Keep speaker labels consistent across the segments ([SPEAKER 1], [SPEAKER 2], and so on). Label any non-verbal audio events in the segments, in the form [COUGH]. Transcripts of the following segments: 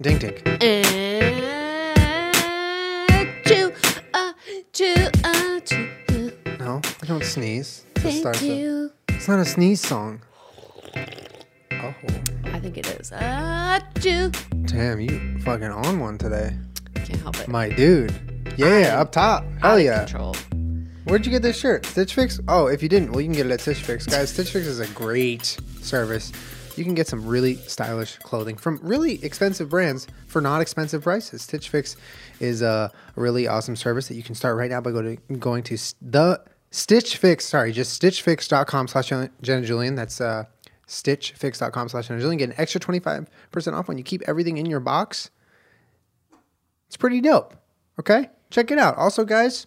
[SPEAKER 1] Dink dink.
[SPEAKER 2] uh, Achoo, achoo, achoo.
[SPEAKER 1] No, I don't sneeze. It
[SPEAKER 2] uh, Thank
[SPEAKER 1] starts a-
[SPEAKER 2] you.
[SPEAKER 1] it's not a sneeze song. Oh,
[SPEAKER 2] I think it is. Uh, Achoo.
[SPEAKER 1] damn, you fucking on one today.
[SPEAKER 2] Can't help it.
[SPEAKER 1] My dude. Yeah, up top. Hell
[SPEAKER 2] Out of
[SPEAKER 1] yeah.
[SPEAKER 2] Control.
[SPEAKER 1] Where'd you get this shirt? Stitch Fix? Oh, if you didn't, well, you can get it at Stitch Fix. Guys, Stitch Fix is a great service. You can get some really stylish clothing from really expensive brands for not expensive prices. Stitch Fix is a really awesome service that you can start right now by go to, going to s- the Stitch Fix. Sorry, just stitchfix.com slash Jenna Julian. That's uh, stitchfix.com slash Jenna Julian. Get an extra 25% off when you keep everything in your box. It's pretty dope. Okay? Check it out. Also, guys,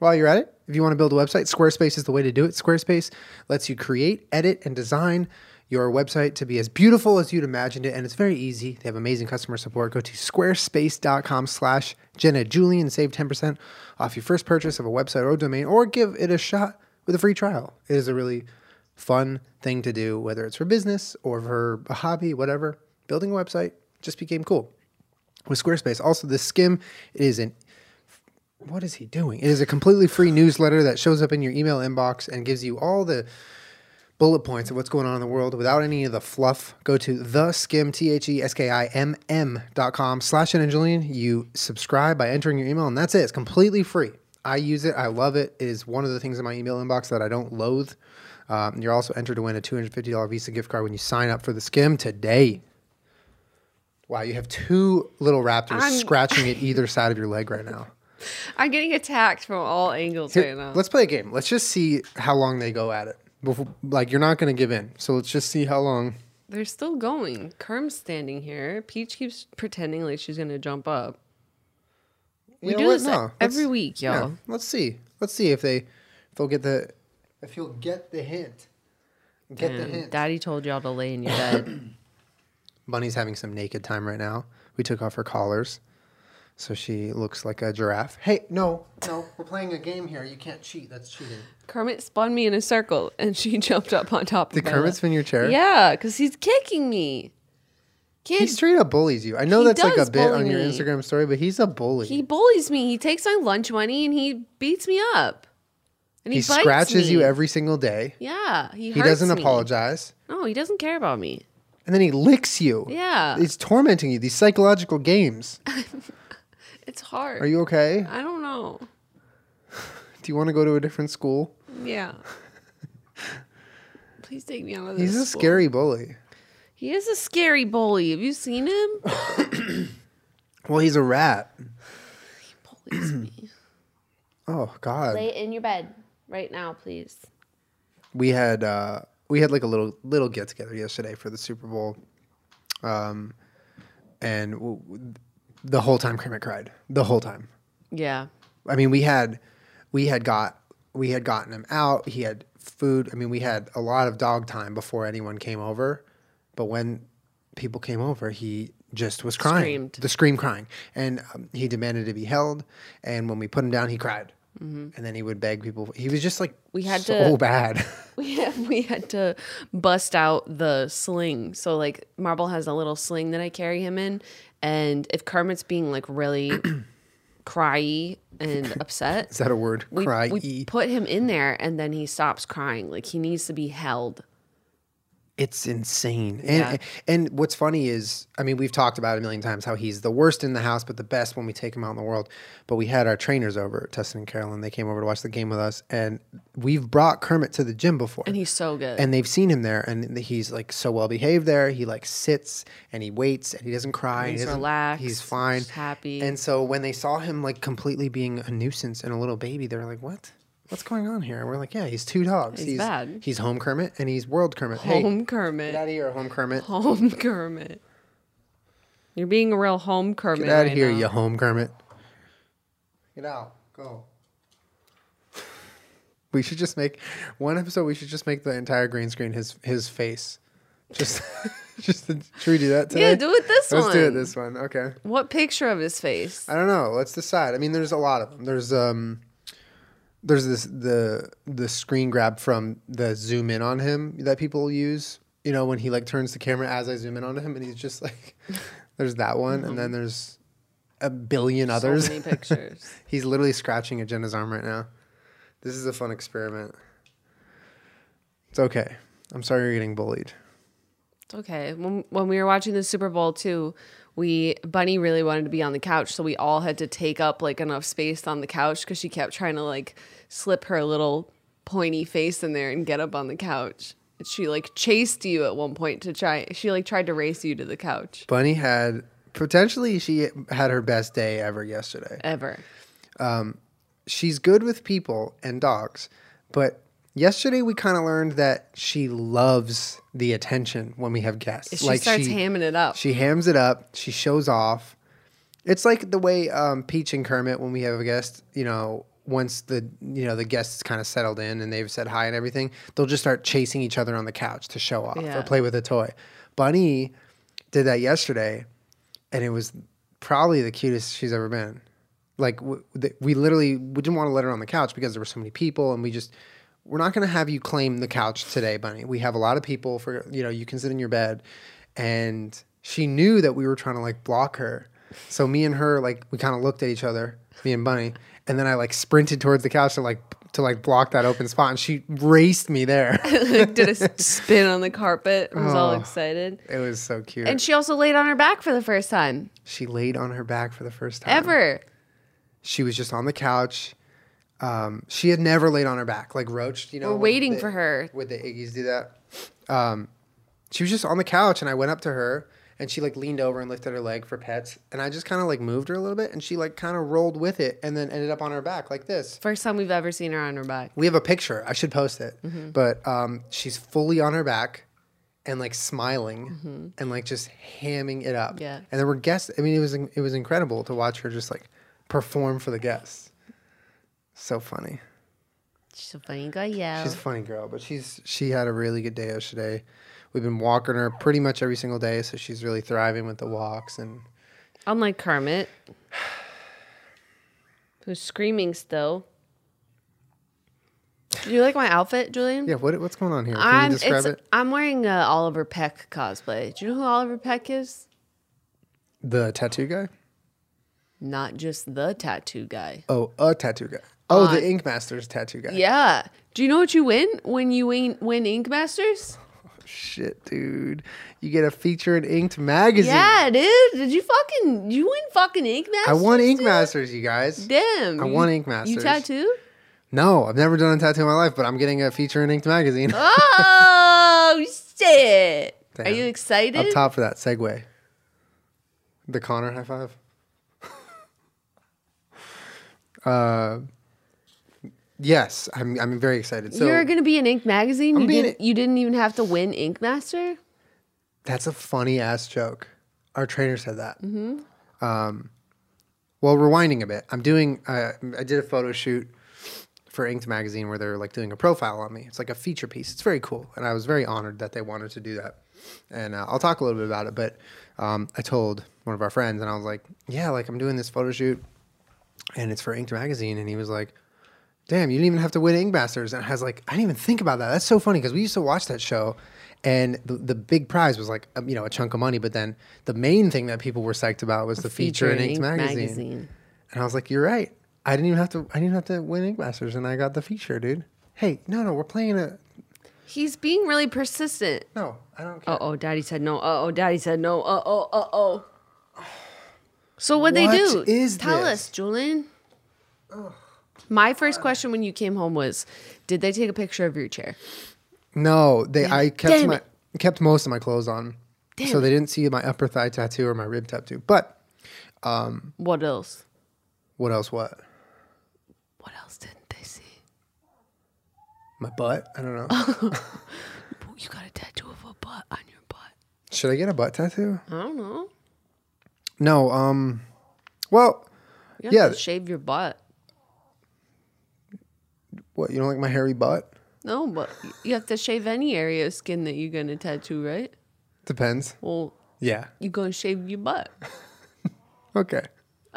[SPEAKER 1] while you're at it, if you want to build a website, Squarespace is the way to do it. Squarespace lets you create, edit, and design your website to be as beautiful as you'd imagined it, and it's very easy. They have amazing customer support. Go to squarespace.com slash Jenna Julie and save 10% off your first purchase of a website or domain, or give it a shot with a free trial. It is a really fun thing to do, whether it's for business or for a hobby, whatever. Building a website just became cool with Squarespace. Also, the skim is an what is he doing? It is a completely free newsletter that shows up in your email inbox and gives you all the bullet points of what's going on in the world without any of the fluff. Go to the skim t h e s k i m m dot com slash Jen and Julian. You subscribe by entering your email, and that's it. It's completely free. I use it. I love it. It is one of the things in my email inbox that I don't loathe. Um, you're also entered to win a two hundred fifty dollar Visa gift card when you sign up for the skim today. Wow, you have two little raptors
[SPEAKER 2] I'm-
[SPEAKER 1] scratching at either side of your leg right now.
[SPEAKER 2] I'm getting attacked from all angles
[SPEAKER 1] Here,
[SPEAKER 2] right now.
[SPEAKER 1] Let's play a game. Let's just see how long they go at it. Before, like you're not going to give in, so let's just see how long.
[SPEAKER 2] They're still going. Kerm's standing here. Peach keeps pretending like she's gonna jump up. We
[SPEAKER 1] You know
[SPEAKER 2] do
[SPEAKER 1] what?
[SPEAKER 2] this
[SPEAKER 1] No,
[SPEAKER 2] every
[SPEAKER 1] let's-
[SPEAKER 2] week,
[SPEAKER 1] yeah,
[SPEAKER 2] y'all.
[SPEAKER 1] let's see. Let's see if they, if they'll get the, if you'll get the hint. Get the
[SPEAKER 2] Damn,
[SPEAKER 1] hint.
[SPEAKER 2] Daddy told y'all to lay in your
[SPEAKER 1] [COUGHS]
[SPEAKER 2] bed.
[SPEAKER 1] Bunny's having some naked time right now. We took off her collars, so she looks like a giraffe. Hey, no, no, we're playing a game here. You can't cheat. That's cheating.
[SPEAKER 2] Kermit spun me in a circle, and she [LAUGHS] jumped up on top of
[SPEAKER 1] Did
[SPEAKER 2] my
[SPEAKER 1] Kermit's
[SPEAKER 2] lap.
[SPEAKER 1] in your chair?
[SPEAKER 2] Yeah, because he's kicking me. Can't
[SPEAKER 1] He straight up bullies you. I know
[SPEAKER 2] He
[SPEAKER 1] that's like a
[SPEAKER 2] does
[SPEAKER 1] bit
[SPEAKER 2] bully
[SPEAKER 1] on your
[SPEAKER 2] me.
[SPEAKER 1] Instagram story, but he's a bully.
[SPEAKER 2] He bullies me. He takes my lunch money and he beats me up. And he,
[SPEAKER 1] he
[SPEAKER 2] bites
[SPEAKER 1] scratches
[SPEAKER 2] me.
[SPEAKER 1] you every single day.
[SPEAKER 2] Yeah, he,
[SPEAKER 1] He
[SPEAKER 2] hurts
[SPEAKER 1] doesn't
[SPEAKER 2] me.
[SPEAKER 1] apologize.
[SPEAKER 2] No, he doesn't care about me.
[SPEAKER 1] and then he licks you.
[SPEAKER 2] Yeah, it's,
[SPEAKER 1] He's tormenting you. These psychological
[SPEAKER 2] [LAUGHS]
[SPEAKER 1] games.
[SPEAKER 2] hard.
[SPEAKER 1] Are you okay?
[SPEAKER 2] I don't know.
[SPEAKER 1] Do you want to go to a different school?
[SPEAKER 2] Yeah.
[SPEAKER 1] [LAUGHS]
[SPEAKER 2] Please take me out of this.
[SPEAKER 1] He's a
[SPEAKER 2] school.
[SPEAKER 1] scary bully.
[SPEAKER 2] He is a scary bully. Have you seen him?
[SPEAKER 1] Well, he's a rat.
[SPEAKER 2] He bullies me.
[SPEAKER 1] Oh God.
[SPEAKER 2] Lay in your bed right now, please.
[SPEAKER 1] We had uh, we had like a little little get together yesterday for the Super Bowl, um, and w- w- the whole time Kermit cried. The whole time.
[SPEAKER 2] Yeah.
[SPEAKER 1] I mean, we had we had got we had gotten him out. He had food. I mean, we had a lot of dog time before anyone came over. But when people came over, he just was crying.
[SPEAKER 2] Screamed.
[SPEAKER 1] The scream crying, and um, he demanded to be held. And when we put him down, he cried. And then he would beg people. He was just like
[SPEAKER 2] Mm-hmm. We had
[SPEAKER 1] so
[SPEAKER 2] to-
[SPEAKER 1] bad. [LAUGHS]
[SPEAKER 2] [LAUGHS] We had, we had to bust out the sling. So like Marble has a little sling that I carry him in, and if Kermit's being like
[SPEAKER 1] [CLEARS THROAT]
[SPEAKER 2] really cryy and
[SPEAKER 1] [LAUGHS]
[SPEAKER 2] upset,
[SPEAKER 1] Is that a word?
[SPEAKER 2] we,
[SPEAKER 1] Cry.
[SPEAKER 2] we put him in there, and then he stops crying. Like he needs to be held.
[SPEAKER 1] It's insane. And and what's funny is, I mean, we've talked about it a million times how he's the worst in the house, but the best when we take him out in the world. But we had our trainers over, Tustin and Carolyn. They came over to watch the game with us, and we've brought Kermit to the gym before.
[SPEAKER 2] And he's so good.
[SPEAKER 1] and they've seen him there, and he's like so well behaved there. He like sits and he waits and he doesn't cry.
[SPEAKER 2] He's
[SPEAKER 1] he doesn't-
[SPEAKER 2] relaxed,
[SPEAKER 1] He's fine.
[SPEAKER 2] just happy.
[SPEAKER 1] And so when they saw him like completely being a nuisance and a little baby, they were like, "What? What's going on here?" And we're like, "Yeah, he's two dogs.
[SPEAKER 2] He's bad.
[SPEAKER 1] He's home Kermit and he's world Kermit. Hey,
[SPEAKER 2] home
[SPEAKER 1] Get out
[SPEAKER 2] Kermit.
[SPEAKER 1] of here, home Kermit.
[SPEAKER 2] [LAUGHS] Home Kermit. You're being a real home Kermit.
[SPEAKER 1] Get out of
[SPEAKER 2] right
[SPEAKER 1] here,
[SPEAKER 2] now.
[SPEAKER 1] you home Kermit. Get out. Go. We should just make one episode. We should just make the entire green screen his his face. Just, [LAUGHS] just should we do that today?
[SPEAKER 2] Yeah, do it this
[SPEAKER 1] Let's do it
[SPEAKER 2] one.
[SPEAKER 1] this one. Okay.
[SPEAKER 2] What picture of his face?
[SPEAKER 1] I don't know. Let's decide. I mean, there's a lot of them. There's um, there's this the the screen grab from the zoom in on him that people use you know, when he like turns the camera as I zoom in on him, and he's just like, [LAUGHS] there's that one, and then there's a billion others.
[SPEAKER 2] Mm-hmm. So
[SPEAKER 1] [LAUGHS]
[SPEAKER 2] many pictures.
[SPEAKER 1] he's literally scratching at Jenna's arm right now. This is a fun experiment. It's okay. I'm sorry you're getting bullied.
[SPEAKER 2] It's okay. When when we were watching the Super Bowl too, we Bunny really wanted to be on the couch, so we all had to take up like enough space on the couch because she kept trying to like slip her little pointy face in there and get up on the couch. And She like chased you at one point to try. She like tried to race you to the couch.
[SPEAKER 1] Bunny had potentially she had her best day ever yesterday.
[SPEAKER 2] Ever.
[SPEAKER 1] she's good with people and dogs, but yesterday we kind of learned that she loves the attention when we have guests.
[SPEAKER 2] She starts hamming it up.
[SPEAKER 1] She hams it up. She shows off. It's like the way um, Peach and Kermit when we have a guest. You know, once the you know the guests kind of settled in and they've said hi and everything, they'll just start chasing each other on the couch to show off
[SPEAKER 2] Yeah.
[SPEAKER 1] or play with a toy. Bunny did that yesterday, and it was probably the cutest she's ever been. Like w- th- we literally we didn't want to let her on the couch because there were so many people, and we just we're not going to have you claim the couch today, Bunny. We have a lot of people for you know you can sit in your bed, and she knew that we were trying to like block her. So me and her like we kind of looked at each other, me and Bunny, and then I like sprinted towards the couch to like to like block that open spot, and she raced me there.
[SPEAKER 2] [LAUGHS]
[SPEAKER 1] [LAUGHS]
[SPEAKER 2] like did a s- spin on the carpet. and Was
[SPEAKER 1] Oh.
[SPEAKER 2] all excited.
[SPEAKER 1] it was so cute.
[SPEAKER 2] And she also laid on her back for the first time
[SPEAKER 1] she laid on her back for the first time
[SPEAKER 2] ever.
[SPEAKER 1] She was just on the couch. Um, she had never laid on her back, like roached, you know.
[SPEAKER 2] We're
[SPEAKER 1] when
[SPEAKER 2] waiting
[SPEAKER 1] the-
[SPEAKER 2] for her.
[SPEAKER 1] Would the Iggy's do that? Um, she was just on the couch, and I went up to her, and she like leaned over and lifted her leg for pets, and I just kind of like moved her a little bit, and she like kind of rolled with it, and then ended up on her back like this.
[SPEAKER 2] First time we've ever seen her on her back.
[SPEAKER 1] We have a picture. I should post it,
[SPEAKER 2] Mm-hmm.
[SPEAKER 1] but um, she's fully on her back. And like smiling and like just hamming it up.
[SPEAKER 2] Mm-hmm. Yeah.
[SPEAKER 1] And there were guests. I mean, it was it was incredible to watch her just like perform for the guests. So funny.
[SPEAKER 2] She's a funny girl. Yeah.
[SPEAKER 1] She's a funny girl, but she's she had a really good day yesterday. We've been walking her pretty much every single day, so she's really thriving with the walks and
[SPEAKER 2] Unlike Kermit, who's screaming still. Do you like my outfit, Julian?
[SPEAKER 1] yeah. What what's going on here? Can
[SPEAKER 2] I'm,
[SPEAKER 1] you describe
[SPEAKER 2] it's-
[SPEAKER 1] it?
[SPEAKER 2] I'm wearing a Oliver Peck cosplay. Do you know who Oliver Peck is?
[SPEAKER 1] The tattoo guy?
[SPEAKER 2] Not just the tattoo guy.
[SPEAKER 1] Oh, a tattoo guy. Oh,
[SPEAKER 2] Uh,
[SPEAKER 1] the Ink Masters tattoo guy.
[SPEAKER 2] Yeah. Do you know what you win when you win, win Ink Masters?
[SPEAKER 1] Shit, dude, you get a feature in Inked magazine.
[SPEAKER 2] Yeah, dude. Did you fucking you win fucking Ink Masters?
[SPEAKER 1] I won Ink
[SPEAKER 2] dude?
[SPEAKER 1] Masters, you guys.
[SPEAKER 2] Damn.
[SPEAKER 1] I
[SPEAKER 2] you-
[SPEAKER 1] won Ink
[SPEAKER 2] You
[SPEAKER 1] Masters.
[SPEAKER 2] tattoo?
[SPEAKER 1] No, I've never done a tattoo in my life, but I'm getting a feature in Inked magazine. [LAUGHS]
[SPEAKER 2] Oh [LAUGHS] shit! Are
[SPEAKER 1] Damn.
[SPEAKER 2] you excited?
[SPEAKER 1] Up top for that segue. The Connor high five. [LAUGHS] uh, yes, I'm. I'm very excited. So
[SPEAKER 2] You're gonna be in Ink magazine. You
[SPEAKER 1] being
[SPEAKER 2] didn't. You didn't even have to win Ink Master.
[SPEAKER 1] that's a funny ass joke. Our trainer said that. Um, well, rewinding a bit, I'm doing. Uh, I did a photo shoot for Inked magazine where they're like doing a profile on me. It's like a feature piece. It's very cool, and I was very honored that they wanted to do that. And uh, I'll talk a little bit about it. But um, I told one of our friends, and I was like, "Yeah, like I'm doing this photo shoot, and it's for Inked magazine." And he was like, Damn, you didn't even have to win Ink Masters. And I was like, I didn't even think about that. That's so funny because we used to watch that show, and the, the big prize was like, um, you know, a chunk of money. But then the main thing that people were psyched about was the feature, in Ink magazine. And I was like, you're right. I didn't even have to. I didn't have to win Ink Masters, and I got the feature, dude. Hey, no, no, we're playing a.
[SPEAKER 2] He's being really persistent.
[SPEAKER 1] No, I don't care.
[SPEAKER 2] Uh oh, Daddy said no. Uh oh, Daddy said no. Uh oh, uh oh. So what they
[SPEAKER 1] What
[SPEAKER 2] do?
[SPEAKER 1] is
[SPEAKER 2] Tell
[SPEAKER 1] this?
[SPEAKER 2] us, Julian. My first question when you came home was, did they take a picture of your chair?
[SPEAKER 1] No, they. I kept
[SPEAKER 2] Damn
[SPEAKER 1] my kept most of my clothes on, so they didn't see my upper thigh tattoo or my rib tattoo. But
[SPEAKER 2] What else?
[SPEAKER 1] what else? What
[SPEAKER 2] What else didn't they see?
[SPEAKER 1] my butt? I [LAUGHS] don't know.
[SPEAKER 2] You got a tattoo of a butt on your butt.
[SPEAKER 1] Should I get a butt tattoo?
[SPEAKER 2] I don't know.
[SPEAKER 1] No, um well,
[SPEAKER 2] You have
[SPEAKER 1] Yeah.
[SPEAKER 2] to shave your butt.
[SPEAKER 1] what you don't like my hairy butt?
[SPEAKER 2] No, but you have to shave any area of skin that you're gonna tattoo, right?
[SPEAKER 1] Depends.
[SPEAKER 2] Well,
[SPEAKER 1] Yeah.
[SPEAKER 2] you're gonna shave your butt.
[SPEAKER 1] Okay.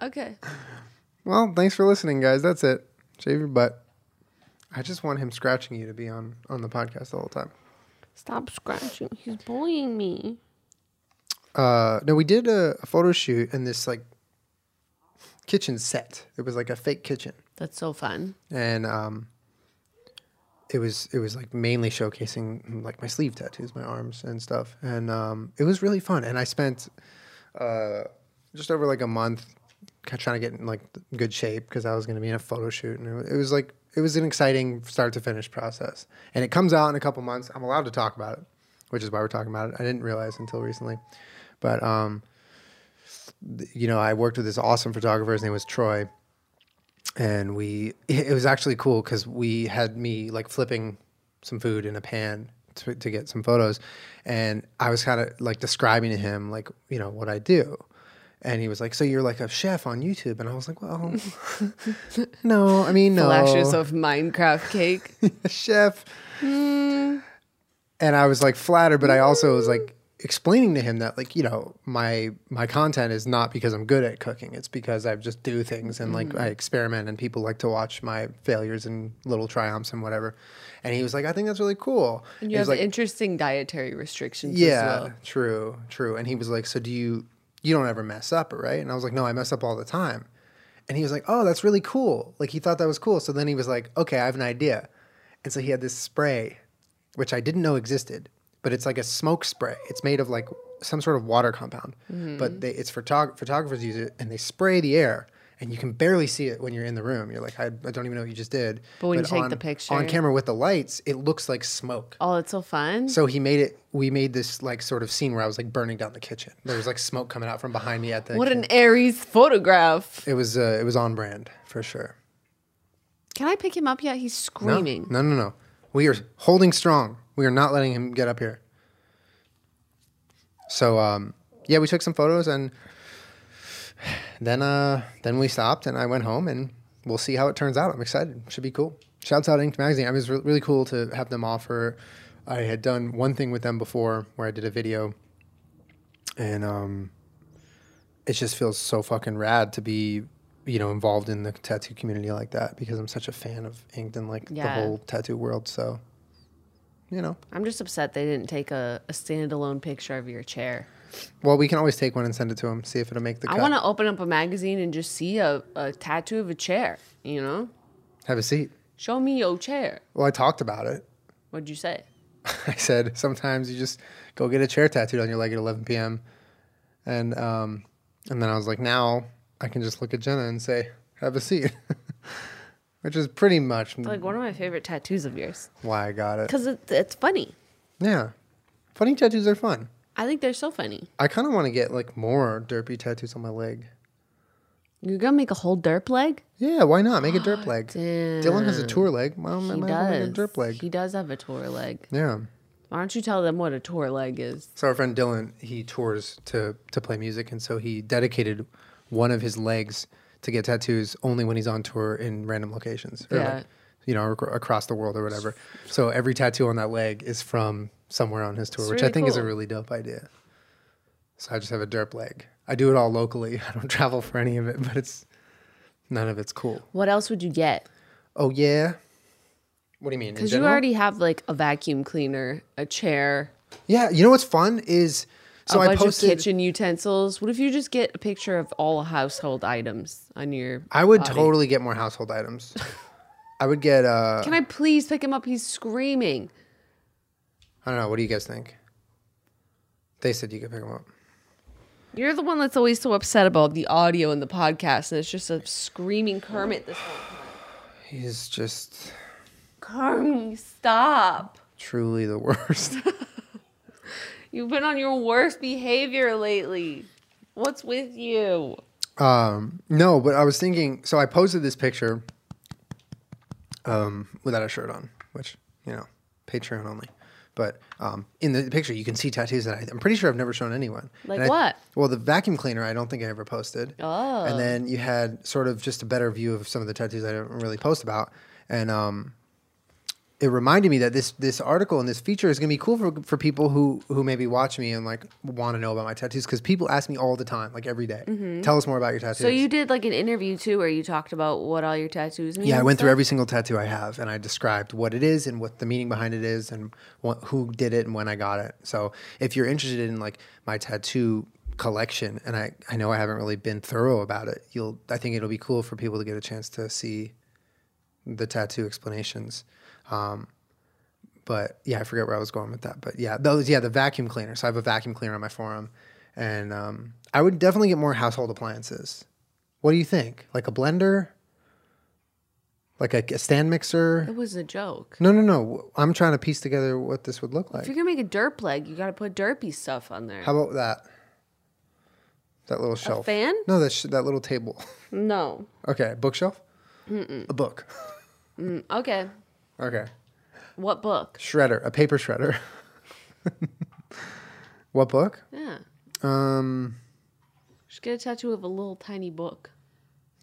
[SPEAKER 2] Okay.
[SPEAKER 1] Well, thanks for listening, guys. That's it. Shave your butt. I just want him scratching you to be on on the podcast the whole time.
[SPEAKER 2] Stop scratching. He's bullying me.
[SPEAKER 1] Uh, no, we did a, a photo shoot in this like kitchen set. It was like a fake kitchen,
[SPEAKER 2] That's so fun.
[SPEAKER 1] and um, it was it was like mainly showcasing like my sleeve tattoos, my arms and stuff, and um, it was really fun. And I spent uh, just over like a month ki- trying to get in like good shape because I was going to be in a photo shoot, and it wa- it was like it was an exciting start to finish process. And it comes out in a couple months. I'm allowed to talk about it, which is why we're talking about it. I didn't realize until recently, but um, th- you know, I worked with this awesome photographer. His name was Troy. And we, [LAUGHS] it was actually cool because we had me like flipping some food in a pan to, to get some photos. And I was kind of like describing to him, like, you know, what I do. And he was like, So you're like a chef on YouTube? And I was like, Well, [LAUGHS] no, I mean, no.
[SPEAKER 2] Flashes of Minecraft cake.
[SPEAKER 1] [LAUGHS] chef. And I was like flattered, but I also was like explaining to him that like you know my my content is not because I'm good at cooking. It's because I just do things and like
[SPEAKER 2] Mm.
[SPEAKER 1] I experiment, and people like to watch my failures and little triumphs and whatever. And he was like, I think that's really cool.
[SPEAKER 2] And
[SPEAKER 1] He
[SPEAKER 2] you
[SPEAKER 1] was
[SPEAKER 2] have
[SPEAKER 1] like,
[SPEAKER 2] interesting dietary restrictions
[SPEAKER 1] yeah,
[SPEAKER 2] as well.
[SPEAKER 1] true, true. And he was like, "So do you? You don't ever mess up, right?" And I was like, "No, I mess up all the time." And he was like, "Oh, that's really cool." Like he thought that was cool. So then he was like, "Okay, I have an idea." And so he had this spray, which I didn't know existed, but it's like a smoke spray. It's made of like some sort of water compound,
[SPEAKER 2] Mm-hmm.
[SPEAKER 1] but they, it's photog- photographers use it and they spray the air. And you can barely see it when you're in the room. You're like, I, I don't even know what you just did.
[SPEAKER 2] But when you take
[SPEAKER 1] on-
[SPEAKER 2] the picture-
[SPEAKER 1] on camera with the lights, it looks like smoke.
[SPEAKER 2] Oh, it's so fun.
[SPEAKER 1] So he made it. We made this like sort of scene where I was like burning down the kitchen. There was like smoke coming out from behind me at the.
[SPEAKER 2] what
[SPEAKER 1] kitchen.
[SPEAKER 2] an Aries photograph.
[SPEAKER 1] It was uh, it was on brand for sure.
[SPEAKER 2] Can I pick him up yet? He's
[SPEAKER 1] No,
[SPEAKER 2] screaming.
[SPEAKER 1] no, no, no. We are holding strong. We are not letting him get up here. So um, yeah, we took some photos and then uh, then we stopped and I went home and we'll see how it turns out. I'm excited. Should be cool. Shouts out Inked Magazine. I mean, it's re- really cool to have them offer. I had done one thing with them before where I did a video, and um, it just feels so fucking rad to be you know involved in the tattoo community like that because I'm such a fan of inked and like the
[SPEAKER 2] Yeah.
[SPEAKER 1] whole tattoo world. So you know,
[SPEAKER 2] I'm just upset they didn't take a, a standalone picture of your chair.
[SPEAKER 1] well, we can always take one and send it to him, see if it'll make the cut.
[SPEAKER 2] I want to open up a magazine and just see a, a tattoo of a chair, you know?
[SPEAKER 1] Have a seat.
[SPEAKER 2] Show me your chair.
[SPEAKER 1] Well, I talked about it. [LAUGHS]
[SPEAKER 2] What'd you say?
[SPEAKER 1] I said, sometimes you just go get a chair tattooed on your leg at 11 p.m. And um, and then I was like, now I can just look at Jenna and say, have a seat, [LAUGHS] which is pretty much
[SPEAKER 2] Like one of my favorite tattoos of yours.
[SPEAKER 1] why I got it.
[SPEAKER 2] Because it, it's funny.
[SPEAKER 1] Yeah, funny tattoos are fun.
[SPEAKER 2] I think they're so funny.
[SPEAKER 1] I kind of want to get like more derpy tattoos on my leg.
[SPEAKER 2] You're going to make a whole derp leg?
[SPEAKER 1] Yeah, why not make a derp leg?
[SPEAKER 2] Damn.
[SPEAKER 1] Dylan has a tour leg. Well, I
[SPEAKER 2] He
[SPEAKER 1] might as well
[SPEAKER 2] does.
[SPEAKER 1] make a derp leg.
[SPEAKER 2] He does have a tour leg.
[SPEAKER 1] yeah.
[SPEAKER 2] Why don't you tell them what a tour leg is?
[SPEAKER 1] So our friend Dylan, he tours to to play music, and so he dedicated one of his legs to get tattoos only when he's on tour in random locations, or
[SPEAKER 2] Yeah.
[SPEAKER 1] like, you know, ac- across the world or whatever. So every tattoo on that leg is from somewhere on his tour,
[SPEAKER 2] It's
[SPEAKER 1] which I
[SPEAKER 2] really
[SPEAKER 1] think is a
[SPEAKER 2] cool.
[SPEAKER 1] really dope idea. So I just have a derp leg. I do it all locally. [LAUGHS] I don't travel for any of it, but it's none of it's cool.
[SPEAKER 2] What else would you get?
[SPEAKER 1] Oh yeah. What do you mean? in
[SPEAKER 2] Because you
[SPEAKER 1] general?
[SPEAKER 2] already have like a vacuum cleaner, a chair,
[SPEAKER 1] yeah. You know what's fun is so
[SPEAKER 2] a
[SPEAKER 1] I
[SPEAKER 2] bunch
[SPEAKER 1] posted.
[SPEAKER 2] of kitchen utensils. What if you just get a picture of all household items on your?
[SPEAKER 1] I would
[SPEAKER 2] body?
[SPEAKER 1] totally get more household items. I would get uh
[SPEAKER 2] Can I please pick him up? He's screaming.
[SPEAKER 1] I don't know, what do you guys think? They said you could pick them up.
[SPEAKER 2] You're the one that's always so upset about the audio in the podcast, and it's just a screaming Kermit. This whole
[SPEAKER 1] He's just
[SPEAKER 2] Kermit, stop!
[SPEAKER 1] truly the [LAUGHS] worst.
[SPEAKER 2] You've been on your worst behavior lately. What's with you?
[SPEAKER 1] um no, but I was thinking so I posted this picture um without a shirt on, which, you know, Patreon only. But um, in the picture, you can see tattoos that I, I'm pretty sure I've never shown anyone.
[SPEAKER 2] Like
[SPEAKER 1] And I-
[SPEAKER 2] what?
[SPEAKER 1] well, the vacuum cleaner, I don't think I ever posted.
[SPEAKER 2] Oh.
[SPEAKER 1] And then you had sort of just a better view of some of the tattoos I didn't really post about. And um, it reminded me that this this article and this feature is going to be cool for, for people who who maybe watch me and like want to know about my tattoos because people ask me all the time, like every day,
[SPEAKER 2] Mm-hmm.
[SPEAKER 1] tell us more about your tattoos.
[SPEAKER 2] So you did like an interview too, where you talked about what all your tattoos mean.
[SPEAKER 1] yeah, I
[SPEAKER 2] and
[SPEAKER 1] went through
[SPEAKER 2] stuff?
[SPEAKER 1] every single tattoo I have and I described what it is and what the meaning behind it is and what, who did it and when I got it. So if you're interested in like my tattoo collection and I I know I haven't really been thorough about it, you'll I think it'll be cool for people to get a chance to see the tattoo explanations. but yeah, I forget where I was going with that. But yeah, those yeah, the vacuum cleaner. So I have a vacuum cleaner on my forearm, and um, I would definitely get more household appliances. What do you think? Like a blender, like a, a stand mixer?
[SPEAKER 2] It was a joke.
[SPEAKER 1] No, no, no. I'm trying to piece together what this would look
[SPEAKER 2] If
[SPEAKER 1] like.
[SPEAKER 2] you're gonna make a derp leg, you gotta put derpy stuff on there.
[SPEAKER 1] How about that? That little shelf.
[SPEAKER 2] fan?
[SPEAKER 1] No, that sh- that little table. [LAUGHS]
[SPEAKER 2] No.
[SPEAKER 1] okay, bookshelf. A book.
[SPEAKER 2] Okay.
[SPEAKER 1] Okay,
[SPEAKER 2] What book?
[SPEAKER 1] shredder. A paper shredder. [LAUGHS] what book?
[SPEAKER 2] Yeah.
[SPEAKER 1] Um.
[SPEAKER 2] Just get a tattoo of a little tiny book.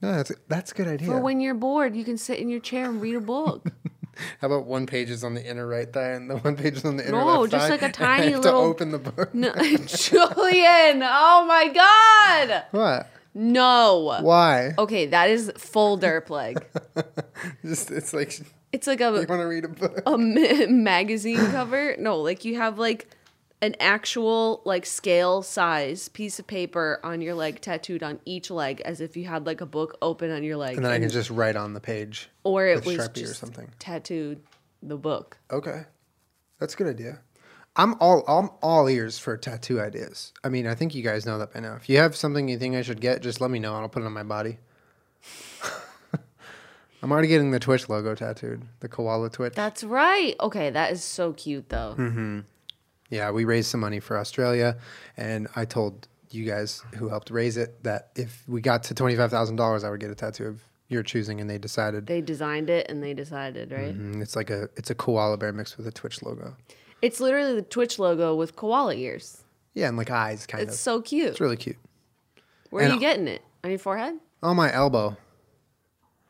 [SPEAKER 1] No, that's that's a good idea.
[SPEAKER 2] For when you're bored, you can sit in your chair and read
[SPEAKER 1] [LAUGHS]
[SPEAKER 2] a book.
[SPEAKER 1] How about one page is on the inner right thigh and the [LAUGHS] one page is on the inner
[SPEAKER 2] No,
[SPEAKER 1] left
[SPEAKER 2] just
[SPEAKER 1] thigh,
[SPEAKER 2] like a
[SPEAKER 1] and I
[SPEAKER 2] tiny
[SPEAKER 1] have [LAUGHS]
[SPEAKER 2] little-
[SPEAKER 1] to open the book.
[SPEAKER 2] [LAUGHS] no, Julian. Oh my god.
[SPEAKER 1] [LAUGHS] What?
[SPEAKER 2] No.
[SPEAKER 1] Why?
[SPEAKER 2] Okay, that is full derp leg.
[SPEAKER 1] Just it's like [LAUGHS] you
[SPEAKER 2] It's like a
[SPEAKER 1] want to read a book.
[SPEAKER 2] a ma- [LAUGHS] magazine cover. No, like you have like an actual like scale size piece of paper on your leg tattooed on each leg as if you had like a book open on your leg
[SPEAKER 1] And then I can just write on the page.
[SPEAKER 2] or it
[SPEAKER 1] with
[SPEAKER 2] was
[SPEAKER 1] Sharpie or
[SPEAKER 2] just
[SPEAKER 1] something.
[SPEAKER 2] tattooed the book.
[SPEAKER 1] Okay, that's a good idea. I'm all I'm all ears for tattoo ideas. I mean, I think you guys know that by now. If you have something you think I should get, just let me know and I'll put it on my body. [LAUGHS] I'm already getting the Twitch logo tattooed, the koala Twitch.
[SPEAKER 2] That's right. Okay, that is so cute though.
[SPEAKER 1] Hmm. Yeah, we raised some money for Australia, and I told you guys who helped raise it that if we got to twenty five thousand dollars, I would get a tattoo of your choosing, and they decided.
[SPEAKER 2] They designed it and they decided, right?
[SPEAKER 1] Mm, It's like a it's a koala bear mixed with a Twitch logo.
[SPEAKER 2] It's literally the Twitch logo with koala ears.
[SPEAKER 1] Yeah, and like eyes, kind
[SPEAKER 2] It's
[SPEAKER 1] of.
[SPEAKER 2] so cute.
[SPEAKER 1] It's really cute.
[SPEAKER 2] Where
[SPEAKER 1] and
[SPEAKER 2] are you
[SPEAKER 1] I-
[SPEAKER 2] getting it? On your forehead?
[SPEAKER 1] On my elbow.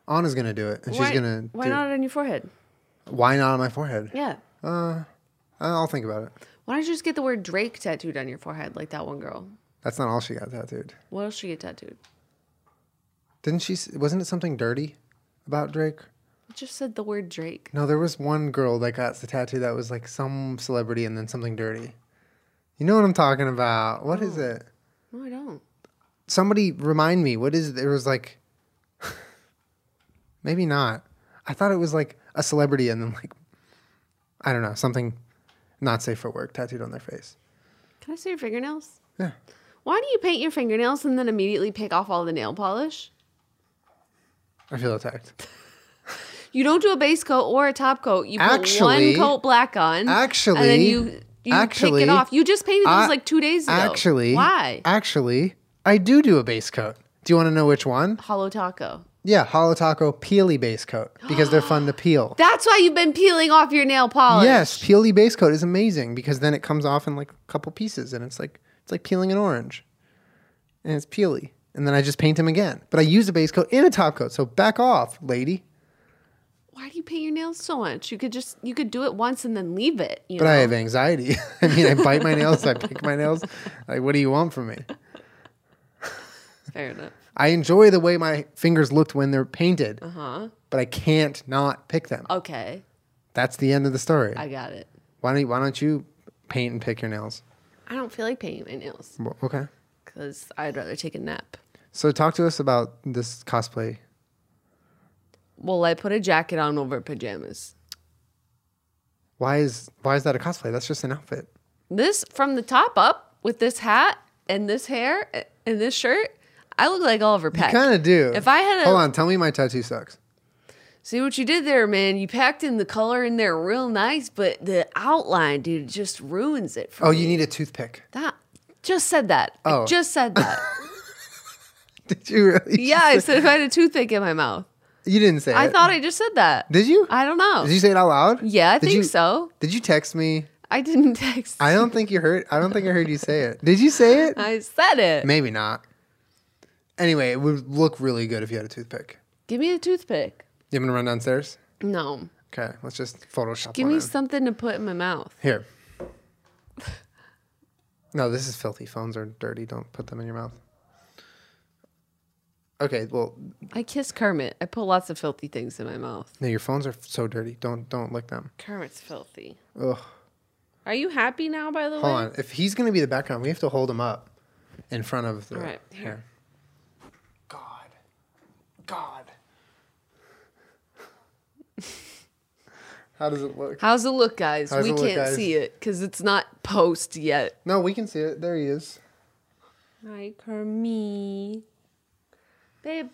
[SPEAKER 1] Anna's gonna do it, and
[SPEAKER 2] why,
[SPEAKER 1] she's gonna.
[SPEAKER 2] Why
[SPEAKER 1] do
[SPEAKER 2] not on your forehead?
[SPEAKER 1] It. Why not on my forehead?
[SPEAKER 2] Yeah.
[SPEAKER 1] I'll think about it.
[SPEAKER 2] Why don't you just get the word Drake tattooed on your forehead like that one girl?
[SPEAKER 1] That's not all she got tattooed.
[SPEAKER 2] What else she get tattooed?
[SPEAKER 1] Didn't she? s- Wasn't it something dirty about Drake?
[SPEAKER 2] I just said the word Drake.
[SPEAKER 1] No, there was one girl that got the tattoo that was like some celebrity and then something dirty. You know what I'm talking about? What is it?
[SPEAKER 2] No, I don't.
[SPEAKER 1] Somebody remind me. What is it? There was like, [LAUGHS] maybe not. I thought it was like a celebrity and then like, I don't know, something not safe for work tattooed on their face.
[SPEAKER 2] Can I see your fingernails?
[SPEAKER 1] Yeah.
[SPEAKER 2] Why do you paint your fingernails and then immediately pick off all the nail polish?
[SPEAKER 1] I feel attacked.
[SPEAKER 2] You don't do a base coat or a top coat. You put
[SPEAKER 1] Actually-
[SPEAKER 2] one coat black on. and then
[SPEAKER 1] actually-
[SPEAKER 2] you you
[SPEAKER 1] actually,
[SPEAKER 2] pick it off. You just painted those
[SPEAKER 1] I-
[SPEAKER 2] like two days ago.
[SPEAKER 1] Actually,
[SPEAKER 2] why?
[SPEAKER 1] Actually, I do do a base coat. Do you want to know which one?
[SPEAKER 2] Hollow taco.
[SPEAKER 1] Yeah, Holo Taco Peely base coat because they're fun to peel.
[SPEAKER 2] That's why you've been peeling off your nail polish.
[SPEAKER 1] Yes, peely base coat is amazing because then it comes off in like a couple pieces, and it's like it's like peeling an orange, and it's peely. And then I just paint them again, but I use a base coat and a top coat. So back off, lady.
[SPEAKER 2] Why do you paint your nails so much? You could just you could do it once and then leave it. You
[SPEAKER 1] But
[SPEAKER 2] know?
[SPEAKER 1] I have anxiety. [LAUGHS] I mean, I bite my nails, I pick my nails. Like, what do you want from me?
[SPEAKER 2] Fair enough.
[SPEAKER 1] I enjoy the way my fingers looked when they're painted, but I can't not pick them.
[SPEAKER 2] Okay,
[SPEAKER 1] That's the end of the story.
[SPEAKER 2] I got it.
[SPEAKER 1] why don't you, Why don't you paint and pick your nails?
[SPEAKER 2] I don't feel like painting my nails
[SPEAKER 1] Well, Okay.
[SPEAKER 2] because I'd rather take a nap.
[SPEAKER 1] So talk to us about this cosplay
[SPEAKER 2] Well, I put a jacket on over pajamas.
[SPEAKER 1] Why is why is that a cosplay? That's just an outfit.
[SPEAKER 2] This from the top up with this hat and this hair a- and this shirt, I look like Oliver Peck.
[SPEAKER 1] Kind of do.
[SPEAKER 2] If I had a-
[SPEAKER 1] hold on, tell me my tattoo sucks.
[SPEAKER 2] See what you did there, man. You packed in the color in there real nice, but the outline, dude, just ruins it for
[SPEAKER 1] Oh,
[SPEAKER 2] me.
[SPEAKER 1] you need a toothpick. [LAUGHS]
[SPEAKER 2] That just said that.
[SPEAKER 1] Oh.
[SPEAKER 2] I just said
[SPEAKER 1] [LAUGHS]
[SPEAKER 2] that.
[SPEAKER 1] Did you really?
[SPEAKER 2] yeah, I said if I had a toothpick in my mouth.
[SPEAKER 1] You didn't say.
[SPEAKER 2] I
[SPEAKER 1] it.
[SPEAKER 2] thought I just said that.
[SPEAKER 1] Uh, Did you?
[SPEAKER 2] I don't know.
[SPEAKER 1] Did you say it out loud?
[SPEAKER 2] yeah, I
[SPEAKER 1] Did
[SPEAKER 2] think
[SPEAKER 1] you-
[SPEAKER 2] so.
[SPEAKER 1] Did you text me?
[SPEAKER 2] I didn't text.
[SPEAKER 1] I don't think you heard. I don't think I heard you say it. Did you say it?
[SPEAKER 2] [LAUGHS] I said it.
[SPEAKER 1] Maybe not. Anyway, it would look really good if you had a toothpick.
[SPEAKER 2] Give me a toothpick.
[SPEAKER 1] You want me to run downstairs?
[SPEAKER 2] No.
[SPEAKER 1] Okay, let's just Photoshop.
[SPEAKER 2] Give
[SPEAKER 1] one
[SPEAKER 2] me
[SPEAKER 1] in.
[SPEAKER 2] something to put in my mouth.
[SPEAKER 1] Here. No, this is filthy. Phones are dirty. Don't put them in your mouth. Okay, well,
[SPEAKER 2] I kiss Kermit. I put lots of filthy things in my mouth.
[SPEAKER 1] no, your phones are so dirty. Don't don't lick them.
[SPEAKER 2] Kermit's filthy.
[SPEAKER 1] Ugh.
[SPEAKER 2] Are you happy now, by the
[SPEAKER 1] Hold
[SPEAKER 2] way?
[SPEAKER 1] on. If he's gonna be the background, we have to hold him up in front of the
[SPEAKER 2] All right, here.
[SPEAKER 1] God. God. How does it look?
[SPEAKER 2] How's it look, guys?
[SPEAKER 1] How's
[SPEAKER 2] we
[SPEAKER 1] it look,
[SPEAKER 2] can't
[SPEAKER 1] guys?
[SPEAKER 2] see it because it's not post yet.
[SPEAKER 1] No, we can see it. There he is.
[SPEAKER 2] Hi, Kermit. Babe.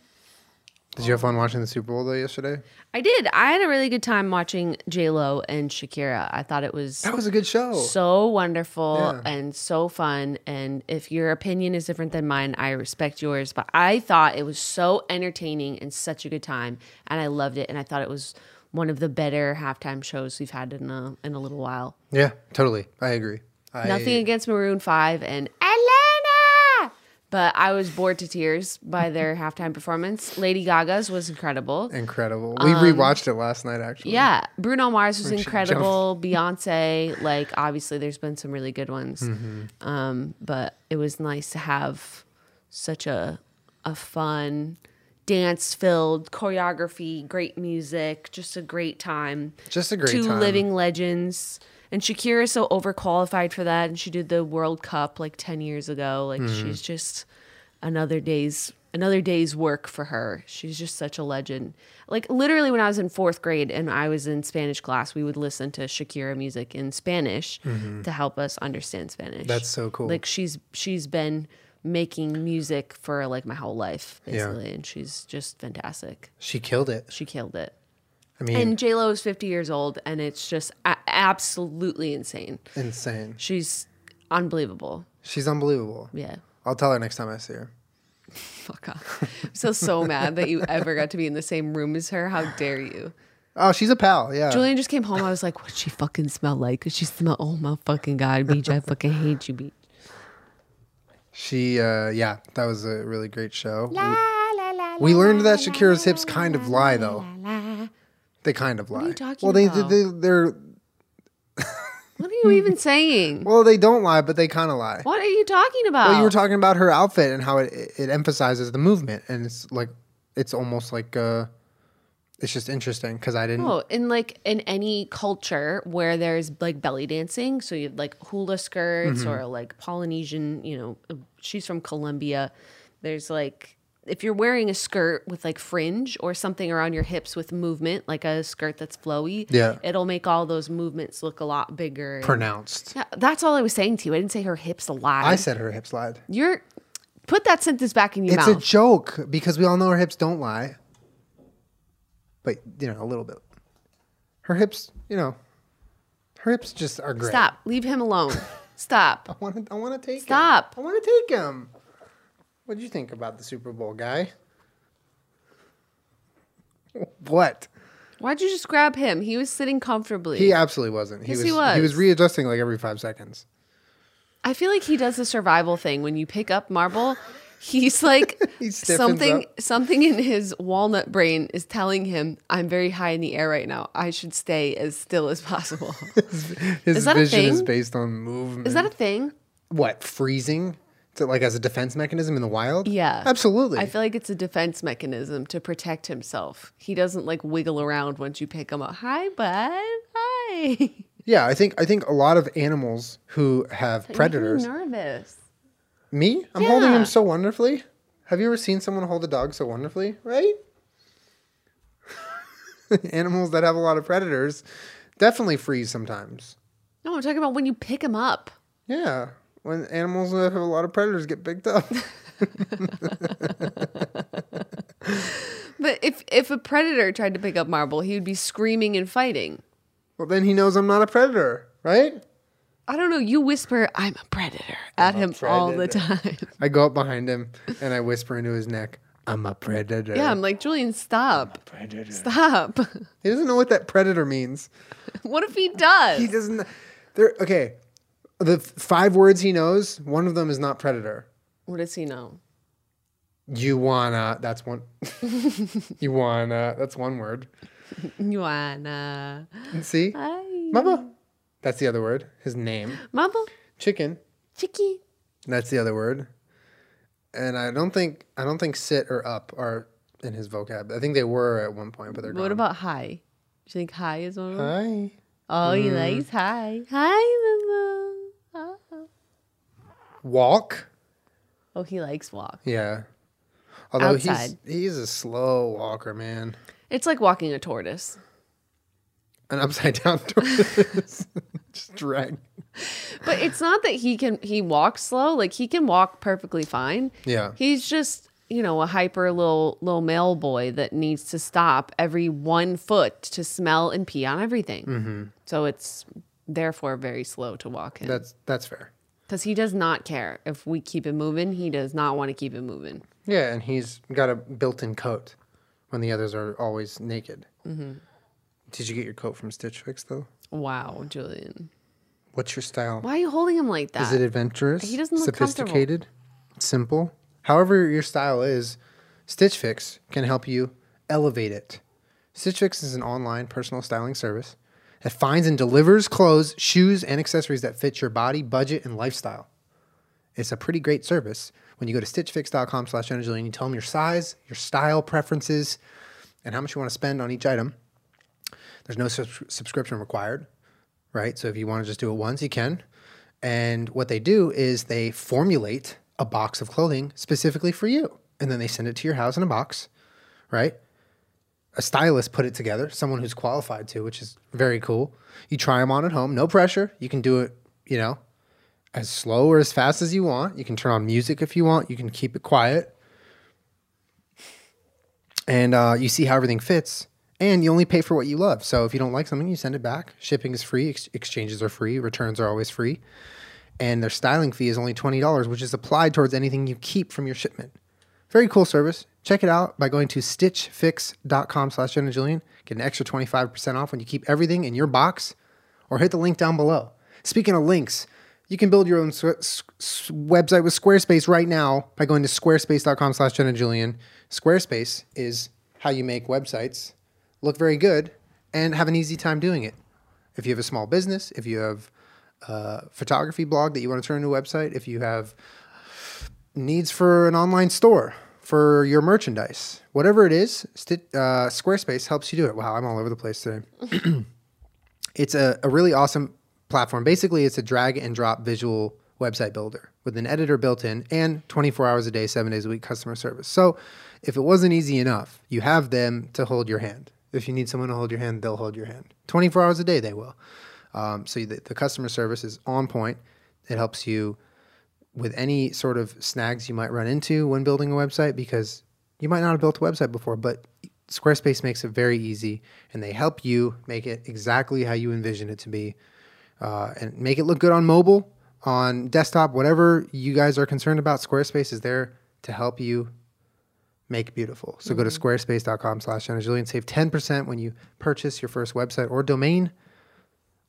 [SPEAKER 1] Did you have fun watching the Super Bowl though yesterday?
[SPEAKER 2] I did. I had a really good time watching J Lo and Shakira. I thought it was
[SPEAKER 1] That was a good show.
[SPEAKER 2] so wonderful
[SPEAKER 1] Yeah.
[SPEAKER 2] and so fun. And if your opinion is different than mine, I respect yours. But I thought it was so entertaining and such a good time, and I loved it. And I thought it was one of the better halftime shows we've had in a in a little while.
[SPEAKER 1] yeah, totally. I agree. I,
[SPEAKER 2] Nothing against Maroon Five and Atlanta, but I was bored to tears by their [LAUGHS] halftime performance. Lady Gaga's was incredible.
[SPEAKER 1] Incredible. We rewatched it last night actually.
[SPEAKER 2] Yeah, Bruno Mars was
[SPEAKER 1] jumped.
[SPEAKER 2] incredible. [LAUGHS] Beyonce, like obviously, there's been some really good ones, um, but it was nice to have such a a fun, dance filled choreography, great music, just a great time.
[SPEAKER 1] Just a great
[SPEAKER 2] Two
[SPEAKER 1] time.
[SPEAKER 2] living legends, and Shakira is so overqualified for that, and she did the World Cup like ten years ago. Like
[SPEAKER 1] Mm-hmm.
[SPEAKER 2] she's just another day's another day's work for her. She's just such a legend. Like literally when I was in 4th grade and I was in Spanish class, we would listen to Shakira music in Spanish to help us understand Spanish.
[SPEAKER 1] Mm-hmm. That's so cool.
[SPEAKER 2] Like she's she's been making music for like my whole life basically and she's just fantastic.
[SPEAKER 1] She killed it.
[SPEAKER 2] She killed it.
[SPEAKER 1] I mean,
[SPEAKER 2] And J Lo is 50 years old and it's just a- absolutely insane.
[SPEAKER 1] insane.
[SPEAKER 2] She's unbelievable.
[SPEAKER 1] She's unbelievable.
[SPEAKER 2] Yeah.
[SPEAKER 1] I'll tell her next time I see her.
[SPEAKER 2] Fuck [LAUGHS] off. I'm so, so mad that you ever got to be in the same room as her. How dare you?
[SPEAKER 1] Oh, she's a pal. Yeah.
[SPEAKER 2] Julian just came home. I was like, what'd she fucking smell like? Because she smelled, oh my fucking God, Beach. I fucking hate you, Beach.
[SPEAKER 1] She, uh, yeah, that was a really great show. we learned that Shakira's hips kind of lie, though. They kind of lie.
[SPEAKER 2] you talking
[SPEAKER 1] well, they,
[SPEAKER 2] about?
[SPEAKER 1] they they're
[SPEAKER 2] What are you even saying?
[SPEAKER 1] well, they don't lie, but they kind of lie.
[SPEAKER 2] What are you talking about?
[SPEAKER 1] Well, you were talking about her outfit and how it it emphasizes the movement, and it's like it's almost like uh, it's just interesting because I didn't.
[SPEAKER 2] Oh, in like in any culture where there's like belly dancing, so you have like hula
[SPEAKER 1] Mm-hmm.
[SPEAKER 2] skirts or like Polynesian, you know, she's from Colombia. There's like if you're wearing a skirt with like fringe or something around your hips with movement, like a skirt that's flowy,
[SPEAKER 1] Yeah.
[SPEAKER 2] it'll make all those movements look a lot bigger. and-
[SPEAKER 1] Pronounced.
[SPEAKER 2] Yeah, that's all I was saying to you. I didn't say her hips a lot.
[SPEAKER 1] I said her hips lied.
[SPEAKER 2] You're put that sentence back in your
[SPEAKER 1] It's a
[SPEAKER 2] mouth.
[SPEAKER 1] joke because we all know her hips don't lie. But you know, a little bit. Her hips, you know, her hips just are great.
[SPEAKER 2] Stop. Leave him alone. Stop.
[SPEAKER 1] I want to. I want to take. him.
[SPEAKER 2] Stop.
[SPEAKER 1] I want to take him. What do you think about the Super Bowl guy? What?
[SPEAKER 2] Why'd you just grab him? He was sitting comfortably.
[SPEAKER 1] He absolutely wasn't. He
[SPEAKER 2] Yes,
[SPEAKER 1] was,
[SPEAKER 2] he
[SPEAKER 1] He
[SPEAKER 2] was.
[SPEAKER 1] was readjusting like every five seconds.
[SPEAKER 2] I feel like he does the survival thing when you pick up marble. He's like
[SPEAKER 1] [LAUGHS] He stiffens
[SPEAKER 2] something
[SPEAKER 1] up.
[SPEAKER 2] something in his walnut brain is telling him I'm very high in the air right now. I should stay as still as possible. [LAUGHS]
[SPEAKER 1] His
[SPEAKER 2] Is that a
[SPEAKER 1] vision is
[SPEAKER 2] thing?
[SPEAKER 1] based on movement.
[SPEAKER 2] is that a thing?
[SPEAKER 1] what freezing? To, like as a defense mechanism in the wild?
[SPEAKER 2] Yeah.
[SPEAKER 1] absolutely.
[SPEAKER 2] I feel like it's a defense mechanism to protect himself. He doesn't like wiggle around once you pick him up. Hi, bud. Hi. [LAUGHS]
[SPEAKER 1] Yeah, I think I think a lot of animals who have predators.
[SPEAKER 2] You're nervous.
[SPEAKER 1] Me? I'm holding
[SPEAKER 2] Yeah.
[SPEAKER 1] him so wonderfully. Have you ever seen someone hold a dog so wonderfully? Right? [LAUGHS] Animals that have a lot of predators definitely freeze sometimes.
[SPEAKER 2] No, I'm talking about when you pick him up.
[SPEAKER 1] Yeah, when animals that have a lot of predators get picked up. [LAUGHS]
[SPEAKER 2] But if if a predator tried to pick up Marble, he would be screaming and fighting.
[SPEAKER 1] well, then he knows I'm not a predator, right?
[SPEAKER 2] I don't know. You whisper, "I'm a predator" at him all the time. [LAUGHS]
[SPEAKER 1] I go up behind him and I whisper into his neck, "I'm a predator."
[SPEAKER 2] Yeah, I'm like Julian, stop,
[SPEAKER 1] predator.
[SPEAKER 2] stop. [LAUGHS]
[SPEAKER 1] He doesn't know what that predator means.
[SPEAKER 2] what if he
[SPEAKER 1] He
[SPEAKER 2] does?
[SPEAKER 1] doesn't. There. Okay. The f- five words he knows. One of them is not predator.
[SPEAKER 2] What does he know?
[SPEAKER 1] [LAUGHS] You wanna. That's one. you wanna. That's one word.
[SPEAKER 2] Yuana.
[SPEAKER 1] See?
[SPEAKER 2] Hi.
[SPEAKER 1] Mama. That's the other word. His name.
[SPEAKER 2] Mumble.
[SPEAKER 1] Chicken.
[SPEAKER 2] Chicky.
[SPEAKER 1] That's the other word. And I don't think I don't think sit or up are in his vocab. I think they were at one point, but they're gone.
[SPEAKER 2] What about hi? Do you think hi is one of them?
[SPEAKER 1] Hi.
[SPEAKER 2] Oh, he likes hi. Hi, Mama. Oh.
[SPEAKER 1] Walk.
[SPEAKER 2] oh, he likes walk.
[SPEAKER 1] Yeah. Although
[SPEAKER 2] Outside.
[SPEAKER 1] he's he's a slow walker, man.
[SPEAKER 2] It's like walking a tortoise.
[SPEAKER 1] An upside [LAUGHS] down tortoise. Just drag.
[SPEAKER 2] But it's not that he can he walks slow. Like he can walk perfectly fine.
[SPEAKER 1] Yeah.
[SPEAKER 2] He's just, you know, a hyper little little male boy that needs to stop every one foot to smell and pee on everything.
[SPEAKER 1] Mm-hmm.
[SPEAKER 2] So it's therefore very slow to walk him.
[SPEAKER 1] That's that's fair.
[SPEAKER 2] Because he does not care if we keep it moving. He does not want to keep it moving.
[SPEAKER 1] Yeah, and he's got a built-in coat when the others are always naked. Did you get your coat from Stitch Fix though?
[SPEAKER 2] Wow, Julian.
[SPEAKER 1] What's your style?
[SPEAKER 2] Why are you holding him like that?
[SPEAKER 1] Is it adventurous?
[SPEAKER 2] He doesn't look
[SPEAKER 1] sophisticated, simple. However your style is, Stitch Fix can help you elevate it. Stitch Fix is an online personal styling service that finds and delivers clothes, shoes, and accessories that fit your body, budget, and lifestyle. It's a pretty great service. When you go to stitchfix.com slash energy and you tell them your size, your style preferences, and how much you want to spend on each item, there's no subs- subscription required, right? So if you want to just do it once, you can. And what they do is they formulate a box of clothing specifically for you, and then they send it to your house in a box, right? A stylist put it together, someone who's qualified to, which is very cool. You try them on at home, no pressure. You can do it, you know, as slow or as fast as you want. You can turn on music if you want. You can keep it quiet and uh, you see how everything fits and you only pay for what you love so if you don't like something you send it back shipping is free ex- exchanges are free returns are always free and their styling fee is only $20 which is applied towards anything you keep from your shipment very cool service check it out by going to stitchfix.com slash Jen and Jillian. get an extra 25% off when you keep everything in your box or hit the link down below speaking of links you can build your own s- s- s- website with Squarespace right now by going to squarespace.com slash Jen and Julian. Squarespace is how you make websites look very good and have an easy time doing it. If you have a small business, if you have a photography blog that you want to turn into a website, if you have needs for an online store for your merchandise, whatever it is, Sti- uh, Squarespace helps you do it. Wow, I'm all over the place today it's a, a really awesome platform. Basically, it's a drag and drop visual website builder with an editor built in and 24 hours a day, seven days a week customer service. So, if it wasn't easy enough, you have them to hold your hand. If you need someone to hold your hand, they'll hold your hand. 24 hours a day, they will. Um, so, the, the customer service is on point. It helps you with any sort of snags you might run into when building a website because you might not have built a website before, but Squarespace makes it very easy and they help you make it exactly how you envision it to be uh, and make it look good on mobile, on desktop, whatever you guys are concerned about. Squarespace is there to help you make beautiful. So go to squarespace.com slash Jenna Julian. Save 10% when you purchase your first website or domain,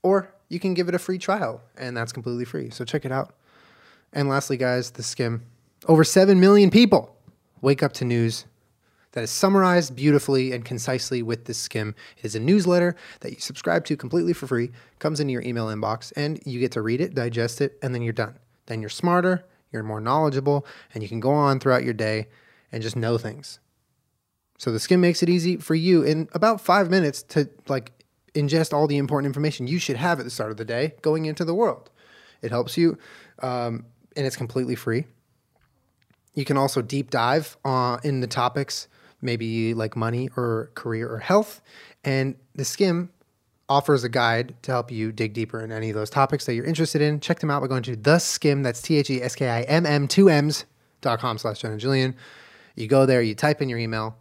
[SPEAKER 1] or you can give it a free trial and that's completely free. So check it out. And lastly, guys, the skim. Over 7 million people wake up to news that is summarized beautifully and concisely with this skim. It is a newsletter that you subscribe to completely for free, comes into your email inbox, and you get to read it, digest it, and then you're done. Then you're smarter, you're more knowledgeable, and you can go on throughout your day and just know things. So the skim makes it easy for you in about five minutes to like ingest all the important information you should have at the start of the day going into the world. It helps you, um, and it's completely free. You can also deep dive uh, in the topics, maybe like money or career or health. And the skim offers a guide to help you dig deeper in any of those topics that you're interested in. Check them out by going to the skim, that's T H E S K I M M 2 M's dot com slash Jenna Julian. You go there, you type in your email,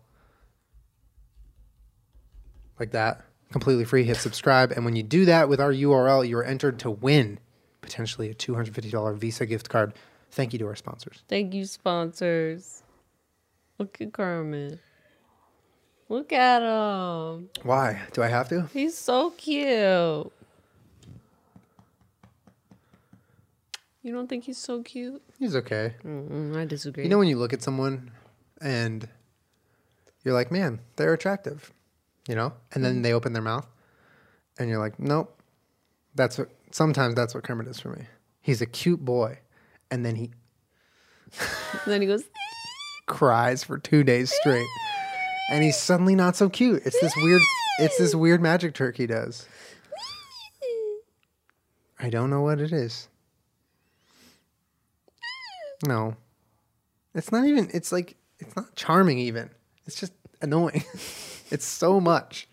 [SPEAKER 1] like that. Completely free. Hit subscribe. And when you do that with our URL, you're entered to win potentially a $250 Visa gift card. Thank you to our sponsors.
[SPEAKER 2] Thank you, sponsors. Look at Carmen. Look at him.
[SPEAKER 1] Why? Do I have to?
[SPEAKER 2] He's so cute. You don't think he's so cute?
[SPEAKER 1] He's okay.
[SPEAKER 2] Mm-mm, I disagree.
[SPEAKER 1] You know, when you look at someone and you're like, man, they're attractive. you know? And then they open their mouth and you're like, nope. That's what, sometimes that's what Kermit is for me. He's a cute boy. And then he
[SPEAKER 2] And then he [LAUGHS] goes,
[SPEAKER 1] cries for two days straight. And he's suddenly not so cute. It's this weird, it's this weird magic trick he does. I don't know what it is. No. It's not even, it's like, it's not charming even. It's just annoying. [LAUGHS] it's so much.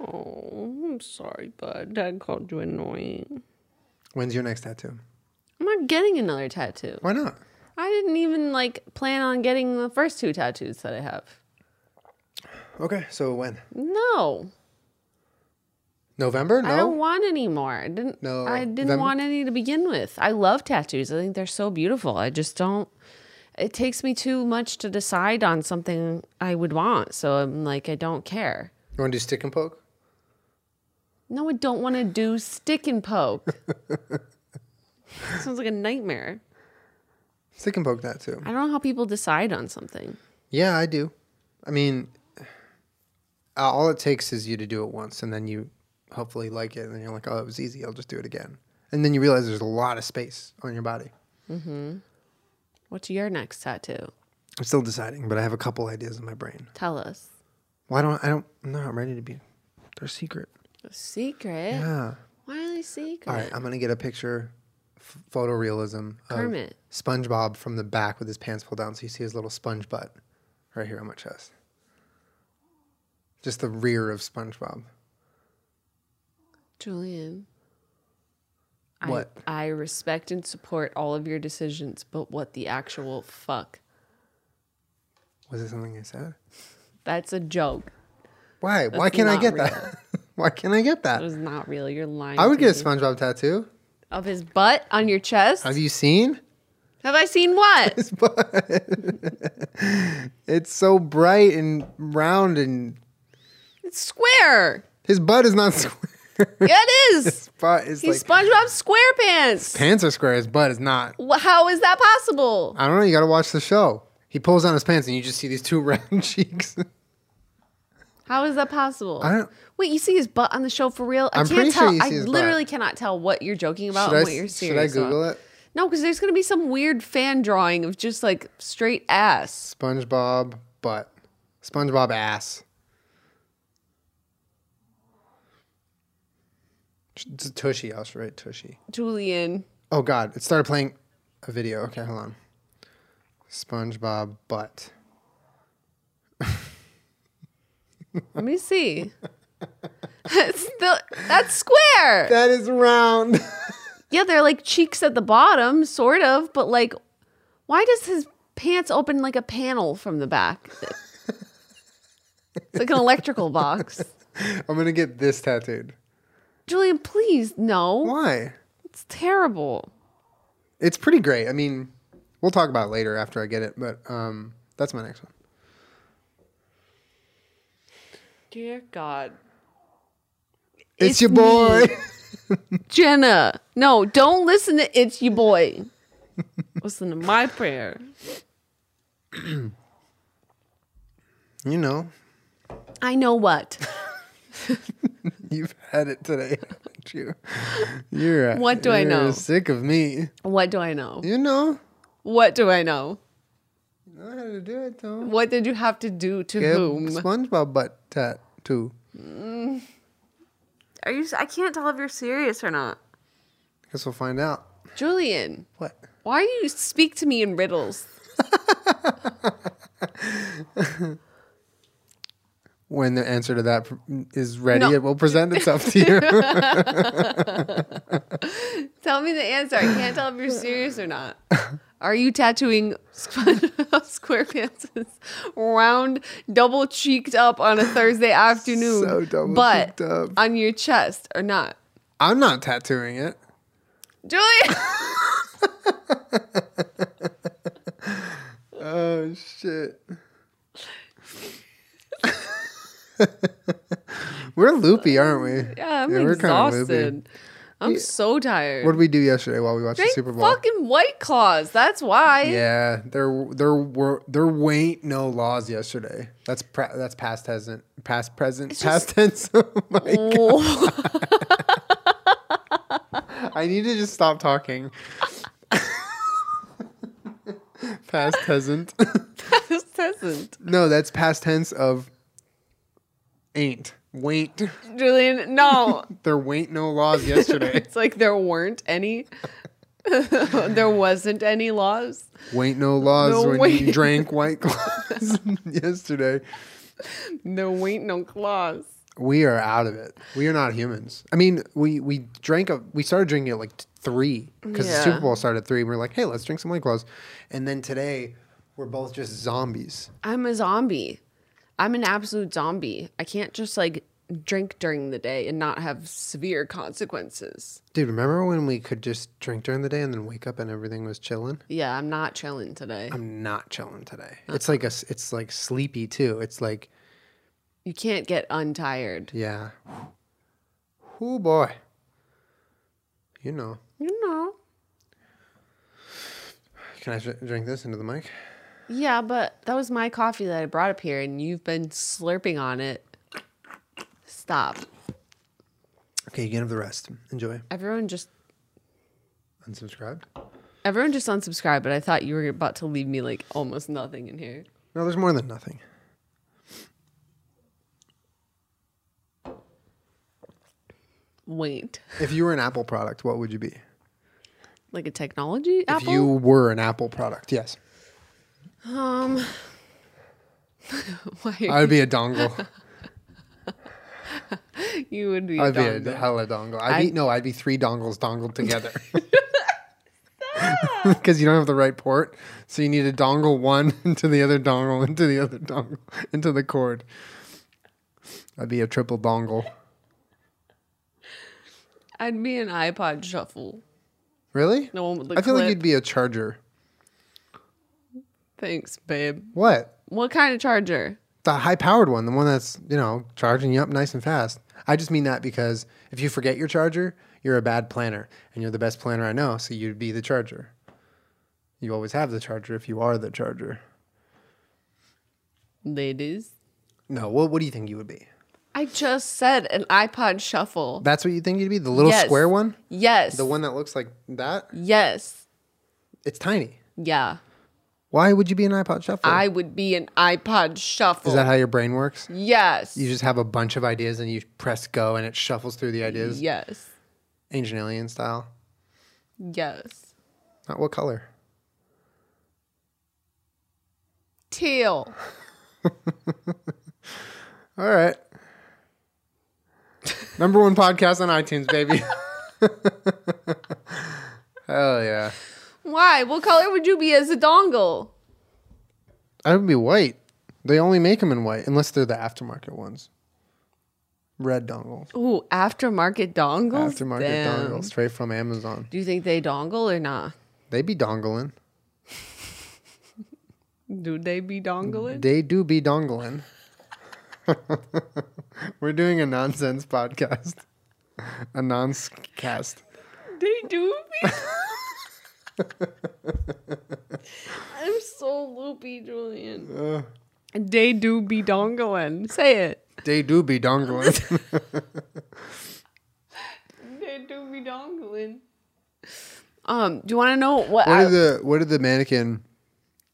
[SPEAKER 2] "Oh, I'm sorry, bud. Dad called you annoying."
[SPEAKER 1] When's your next tattoo?
[SPEAKER 2] I'm not getting another tattoo.
[SPEAKER 1] Why not?
[SPEAKER 2] I didn't even like plan on getting the first two tattoos that I have.
[SPEAKER 1] Okay, so when?
[SPEAKER 2] No,
[SPEAKER 1] November?
[SPEAKER 2] I don't
[SPEAKER 1] No.
[SPEAKER 2] want any more. I didn't.
[SPEAKER 1] No,
[SPEAKER 2] I didn't
[SPEAKER 1] them-
[SPEAKER 2] want any to begin with. I love tattoos. I think they're so beautiful. I just don't. It takes me too much to decide on something I would want. So I'm like, I don't care.
[SPEAKER 1] You want to do stick and poke?
[SPEAKER 2] No, I don't want to do stick
[SPEAKER 1] [LAUGHS]
[SPEAKER 2] and poke. Sounds like a nightmare.
[SPEAKER 1] Stick and poke that too.
[SPEAKER 2] I don't know how people decide on something.
[SPEAKER 1] Yeah, I do. I mean, uh, all it takes is you to do it once, and then you hopefully like it, and then you're like, "Oh, it was easy. I'll just do it again." And then you realize there's a lot of space on your body.
[SPEAKER 2] What's your next tattoo?
[SPEAKER 1] I'm still deciding, but I have a couple ideas in my brain.
[SPEAKER 2] Tell us.
[SPEAKER 1] Why don't I don't? No, I'm ready to be. They're secret.
[SPEAKER 2] A secret.
[SPEAKER 1] Yeah.
[SPEAKER 2] Why are they secret?
[SPEAKER 1] All right, I'm gonna get a picture, f- photorealism. of
[SPEAKER 2] Kermit.
[SPEAKER 1] SpongeBob from the back with his pants pulled down, so you see his little sponge butt, right here on my chest. Just the rear of SpongeBob.
[SPEAKER 2] Julian.
[SPEAKER 1] What?
[SPEAKER 2] I, I respect and support all of your decisions, but what the actual fuck?
[SPEAKER 1] Was it something I said?
[SPEAKER 2] That's a joke.
[SPEAKER 1] Why? Why can't I
[SPEAKER 2] not
[SPEAKER 1] get that? [LAUGHS] Why can't I get
[SPEAKER 2] That
[SPEAKER 1] that?
[SPEAKER 2] was not real. You're lying.
[SPEAKER 1] I would
[SPEAKER 2] to
[SPEAKER 1] get a
[SPEAKER 2] me.
[SPEAKER 1] SpongeBob tattoo.
[SPEAKER 2] of his butt on your chest.
[SPEAKER 1] Have you seen?
[SPEAKER 2] Have I seen
[SPEAKER 1] [LAUGHS]
[SPEAKER 2] what?
[SPEAKER 1] His butt. it's so bright and round, and
[SPEAKER 2] it's square.
[SPEAKER 1] his butt is not [LAUGHS] square.
[SPEAKER 2] Yeah, it is.
[SPEAKER 1] butt is
[SPEAKER 2] He's
[SPEAKER 1] like
[SPEAKER 2] SpongeBob SquarePants.
[SPEAKER 1] pants are square. His butt is not.
[SPEAKER 2] Wh- How is that possible?
[SPEAKER 1] I don't know. You got to watch the show. He pulls down his pants, and you just see these two [LAUGHS] round cheeks.
[SPEAKER 2] How is that possible?
[SPEAKER 1] I don't-
[SPEAKER 2] Wait, you see his butt on the show for real? I
[SPEAKER 1] I'm
[SPEAKER 2] can't
[SPEAKER 1] pretty sure
[SPEAKER 2] tell.
[SPEAKER 1] you
[SPEAKER 2] I
[SPEAKER 1] see his butt.
[SPEAKER 2] literally cannot tell what you're joking about
[SPEAKER 1] Should I s-
[SPEAKER 2] and what you're
[SPEAKER 1] should I
[SPEAKER 2] serious.
[SPEAKER 1] Google
[SPEAKER 2] about.
[SPEAKER 1] it?
[SPEAKER 2] No, because there's gonna be some weird fan drawing of just like straight ass.
[SPEAKER 1] SpongeBob butt. SpongeBob ass. It's a tushy. I was right. Tushy.
[SPEAKER 2] Julian.
[SPEAKER 1] Oh God! It started playing a video. Okay, hold on. SpongeBob butt.
[SPEAKER 2] Let me see. It's the- that's square.
[SPEAKER 1] That is round. [LAUGHS]
[SPEAKER 2] yeah, they're like cheeks at the bottom, sort of, but like why does his pants open like a panel from the back? it's like an electrical box.
[SPEAKER 1] I'm gonna get this tattooed.
[SPEAKER 2] Julian, please no.
[SPEAKER 1] Why?
[SPEAKER 2] It's terrible.
[SPEAKER 1] It's pretty great. I mean, we'll talk about it later after I get it. But um, that's my next one.
[SPEAKER 2] Dear God.
[SPEAKER 1] It's,
[SPEAKER 2] It's
[SPEAKER 1] your boy.
[SPEAKER 2] Jenna, no, don't listen to It's Your Boy. listen to my prayer.
[SPEAKER 1] [LAUGHS] you know,
[SPEAKER 2] I know what.
[SPEAKER 1] you've had it today, [LAUGHS] haven't you? You're.
[SPEAKER 2] What do I
[SPEAKER 1] you're
[SPEAKER 2] know?
[SPEAKER 1] Sick of me.
[SPEAKER 2] What do I know?
[SPEAKER 1] You know.
[SPEAKER 2] What do I know?
[SPEAKER 1] You know how to do it though.
[SPEAKER 2] What did you have to do to
[SPEAKER 1] Get
[SPEAKER 2] whom?
[SPEAKER 1] SpongeBob butt tattoo.
[SPEAKER 2] Are you? I can't tell if you're serious or not.
[SPEAKER 1] Guess we'll find out.
[SPEAKER 2] Julian,
[SPEAKER 1] What?
[SPEAKER 2] why do you speak to me in riddles?
[SPEAKER 1] when the answer to that pr- is ready,
[SPEAKER 2] No.
[SPEAKER 1] it will present itself to
[SPEAKER 2] [LAUGHS]
[SPEAKER 1] you.
[SPEAKER 2] Tell me the answer. I can't tell if you're serious or not. Are you tattooing [LAUGHS] SpongeBob SquarePants' round, double cheeked up on a Thursday afternoon,
[SPEAKER 1] [LAUGHS] So double-cheeked
[SPEAKER 2] but
[SPEAKER 1] up.
[SPEAKER 2] on your chest or not?
[SPEAKER 1] I'm not tattooing it.
[SPEAKER 2] Julian, [LAUGHS]
[SPEAKER 1] Oh [LAUGHS] shit. We're loopy, aren't we?
[SPEAKER 2] yeah, I'm
[SPEAKER 1] we're kinda loopy.
[SPEAKER 2] exhausted. I'm so tired.
[SPEAKER 1] What did we do yesterday while we watched
[SPEAKER 2] Drink
[SPEAKER 1] the Super Bowl?
[SPEAKER 2] fucking White Claws. That's why. [LAUGHS]
[SPEAKER 1] Yeah, there there were there weren't no laws yesterday. That's pre- that's past tense, past present, past tense. [LAUGHS] Oh my
[SPEAKER 2] Oh.
[SPEAKER 1] I need to just stop talking. past tense.
[SPEAKER 2] [LAUGHS] this doesn't.
[SPEAKER 1] no, that's past tense of ain't. Wait,
[SPEAKER 2] Julian, no.
[SPEAKER 1] there weren't no laws
[SPEAKER 2] [LAUGHS]
[SPEAKER 1] yesterday.
[SPEAKER 2] It's like there weren't any. [LAUGHS] there wasn't any laws.
[SPEAKER 1] weren't no laws
[SPEAKER 2] No
[SPEAKER 1] when you
[SPEAKER 2] wait.
[SPEAKER 1] drank white claws [LAUGHS] yesterday.
[SPEAKER 2] There weren't no claws.
[SPEAKER 1] We are out of it. We are not humans. I mean, we we drank a we started drinking at like t- three because the
[SPEAKER 2] Yeah.
[SPEAKER 1] Super Bowl started at three. We are like, hey, let's drink some White Claws, and then today we're both just zombies.
[SPEAKER 2] I'm a zombie. I'm an absolute zombie. I can't just like drink during the day and not have severe consequences.
[SPEAKER 1] Dude, remember when we could just drink during the day and then wake up and everything was chilling?
[SPEAKER 2] Yeah, I'm not chilling today.
[SPEAKER 1] I'm not chilling today. It's like a s- it's like sleepy too. It's like
[SPEAKER 2] You can't get untired.
[SPEAKER 1] [SIGHS] yeah, oh boy, you know.
[SPEAKER 2] You know.
[SPEAKER 1] Can I dr- drink this into the mic?
[SPEAKER 2] Yeah, but that was my coffee that I brought up here and you've been slurping on it. Stop.
[SPEAKER 1] Okay, you can have the rest. Enjoy.
[SPEAKER 2] Everyone just
[SPEAKER 1] Unsubscribed.
[SPEAKER 2] everyone just unsubscribed, but I thought you were about to leave me like almost nothing in here.
[SPEAKER 1] No, there's more than nothing.
[SPEAKER 2] Wait. [LAUGHS]
[SPEAKER 1] If you were an Apple product, what would you be?
[SPEAKER 2] Like a technology
[SPEAKER 1] If
[SPEAKER 2] apple?
[SPEAKER 1] you
[SPEAKER 2] [LAUGHS]
[SPEAKER 1] were an Apple product, yes.
[SPEAKER 2] um why
[SPEAKER 1] I would be a dongle.
[SPEAKER 2] you would be,
[SPEAKER 1] I'd
[SPEAKER 2] a
[SPEAKER 1] be a
[SPEAKER 2] dongle.
[SPEAKER 1] hella dongle. I'd be, no, I'd be three dongles dongled
[SPEAKER 2] [LAUGHS]
[SPEAKER 1] together. [LAUGHS] Because you don't have the right port. So you need to dongle one [LAUGHS] into the other dongle, into the other dongle, [LAUGHS] into the cord. I'd be a triple dongle.
[SPEAKER 2] I'd be an iPod shuffle.
[SPEAKER 1] Really?
[SPEAKER 2] The one with the
[SPEAKER 1] I feel like
[SPEAKER 2] clip.
[SPEAKER 1] you'd be a charger.
[SPEAKER 2] Thanks, babe.
[SPEAKER 1] What?
[SPEAKER 2] What kind of charger?
[SPEAKER 1] the high powered one, the one that's, you know, charging you up nice and fast. I just mean that because if you forget your charger, you're a bad planner and you're the best planner I know, so you'd be the charger. You always have the charger if you are the charger.
[SPEAKER 2] Ladies.
[SPEAKER 1] No, what what do you think you would be?
[SPEAKER 2] I just said an iPod shuffle.
[SPEAKER 1] That's what you think you'd be? The little
[SPEAKER 2] Yes.
[SPEAKER 1] square one?
[SPEAKER 2] Yes.
[SPEAKER 1] The one that looks like that?
[SPEAKER 2] Yes.
[SPEAKER 1] It's tiny.
[SPEAKER 2] Yeah.
[SPEAKER 1] Why would you be an iPod shuffle?
[SPEAKER 2] I would be an iPod
[SPEAKER 1] Oh.
[SPEAKER 2] shuffle.
[SPEAKER 1] Is that how your brain works?
[SPEAKER 2] yes.
[SPEAKER 1] You just have a bunch of ideas and you press go and it shuffles through the ideas,
[SPEAKER 2] yes.
[SPEAKER 1] ancient alien style.
[SPEAKER 2] Yes.
[SPEAKER 1] Not what color?
[SPEAKER 2] Teal.
[SPEAKER 1] All right. [LAUGHS] Number one podcast on iTunes,
[SPEAKER 2] [LAUGHS]
[SPEAKER 1] baby. [LAUGHS] Hell yeah.
[SPEAKER 2] Why? What color would you be as a dongle?
[SPEAKER 1] I would be white. They only make them in white, unless they're the aftermarket ones. Red dongles.
[SPEAKER 2] Ooh, aftermarket dongles.
[SPEAKER 1] Aftermarket
[SPEAKER 2] Damn.
[SPEAKER 1] dongles, straight from Amazon.
[SPEAKER 2] Do you think they dongle or not?
[SPEAKER 1] They be dongling.
[SPEAKER 2] Do they be dongling?
[SPEAKER 1] They do be dongling. [LAUGHS] We're doing a nonsense podcast, a nonscast.
[SPEAKER 2] They do
[SPEAKER 1] [LAUGHS]
[SPEAKER 2] be. I'm so loopy, Julian.
[SPEAKER 1] Uh,
[SPEAKER 2] They do be dongling. Say it.
[SPEAKER 1] they do be
[SPEAKER 2] [LAUGHS]
[SPEAKER 1] dongling.
[SPEAKER 2] They do be dongling. Um, do you want to know what?
[SPEAKER 1] What
[SPEAKER 2] I-
[SPEAKER 1] did the what did the mannequin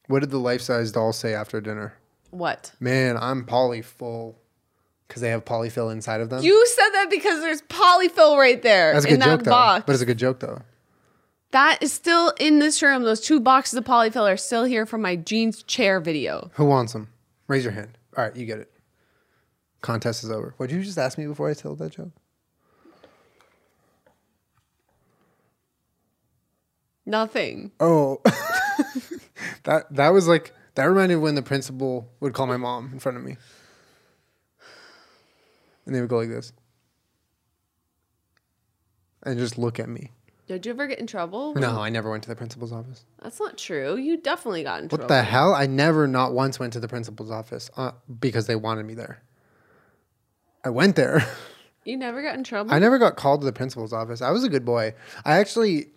[SPEAKER 1] what did the life size doll say after dinner?
[SPEAKER 2] what?
[SPEAKER 1] Man, I'm poly full. Because they have polyfill inside of them.
[SPEAKER 2] You said that because there's polyfill right there
[SPEAKER 1] That's a
[SPEAKER 2] in
[SPEAKER 1] good
[SPEAKER 2] that
[SPEAKER 1] joke
[SPEAKER 2] box.
[SPEAKER 1] though. But it's a good joke though.
[SPEAKER 2] that is still in this room. Those two boxes of polyfill are still here from my jeans chair video.
[SPEAKER 1] Who wants them? Raise your hand. All right, you get it. Contest is over. Would you just ask me before I told that joke?
[SPEAKER 2] Nothing.
[SPEAKER 1] Oh, [LAUGHS] that that was like that reminded me when the principal would call my mom in front of me, and they would go like this, and just look at me.
[SPEAKER 2] Did you ever get in trouble?
[SPEAKER 1] No, I never went to the principal's office.
[SPEAKER 2] That's not true. You definitely got in
[SPEAKER 1] What
[SPEAKER 2] trouble.
[SPEAKER 1] the hell? I never, not once, went to the principal's office uh, because they wanted me there. [LAUGHS] I went there
[SPEAKER 2] You never got in trouble.
[SPEAKER 1] I never got called to the principal's office. I was a good boy. I actually,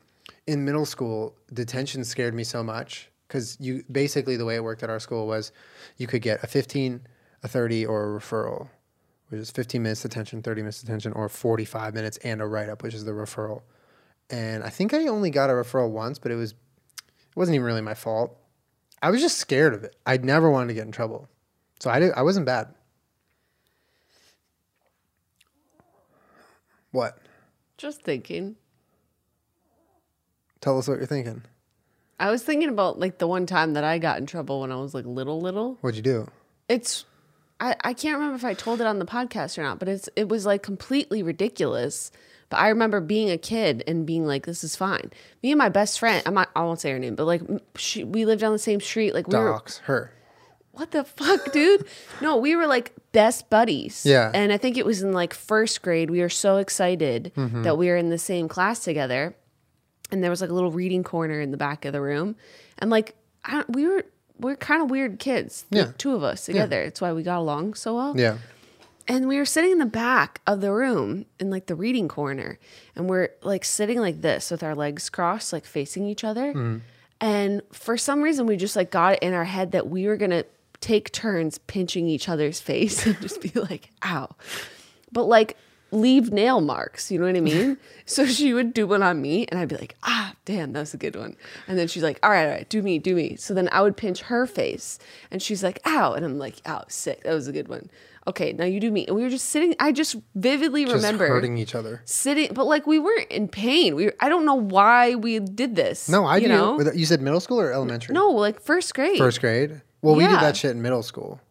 [SPEAKER 1] in middle school, detention scared me so much because you basically the way it worked at our school was you could get a 15, a 30, or a referral, which is 15 minutes detention, 30 minutes detention, or 45 minutes and a write up, which is the referral. And I think I only got a referral once, but it was it wasn't even really my fault. I was just scared of it. I never wanted to get in trouble, so I did, I wasn't bad. What?
[SPEAKER 2] Just thinking.
[SPEAKER 1] Tell us what you're thinking.
[SPEAKER 2] I was thinking about like the one time that I got in trouble when I was like little, little.
[SPEAKER 1] What'd you do?
[SPEAKER 2] It's, I, I can't remember if I told it on the podcast or not, but it's it was like completely ridiculous. But I remember being a kid and being like, "This is fine." Me and my best friend, I'm not, I won't say her name, but like m- she, we lived on the same street. Like we were,
[SPEAKER 1] Docs. Her.
[SPEAKER 2] what the fuck,
[SPEAKER 1] [LAUGHS]
[SPEAKER 2] dude? no, we were like best buddies.
[SPEAKER 1] Yeah.
[SPEAKER 2] And I think it was in like first grade. We were so excited
[SPEAKER 1] Mm-hmm.
[SPEAKER 2] that we were in the same class together. And there was like a little reading corner in the back of the room. And like, I don't, we were, we are kind of weird kids. the
[SPEAKER 1] Yeah.
[SPEAKER 2] two of us together. It's why we got along so well.
[SPEAKER 1] Yeah.
[SPEAKER 2] And we were sitting in the back of the room in like the reading corner. And we're like sitting like this with our legs crossed, like facing each other. And for some reason, we just like got it in our head that we were going to take turns pinching each other's face [LAUGHS] and just be like, ow. But like, leave nail marks you know what
[SPEAKER 1] [LAUGHS]
[SPEAKER 2] i mean so she would do one on me and i'd be like ah damn that was a good one and then she's like all right all right do me do me so then i would pinch her face and she's like ow and i'm like ow sick that was a good one okay now you do me and we were just sitting i just vividly
[SPEAKER 1] Just
[SPEAKER 2] remember
[SPEAKER 1] hurting each other.
[SPEAKER 2] sitting but like we weren't in pain we i don't know why we did this
[SPEAKER 1] No, I
[SPEAKER 2] you
[SPEAKER 1] do.
[SPEAKER 2] know?
[SPEAKER 1] With- You said middle school or elementary?
[SPEAKER 2] No, like first grade.
[SPEAKER 1] First grade. Well, we did
[SPEAKER 2] Yeah.
[SPEAKER 1] that shit in middle school.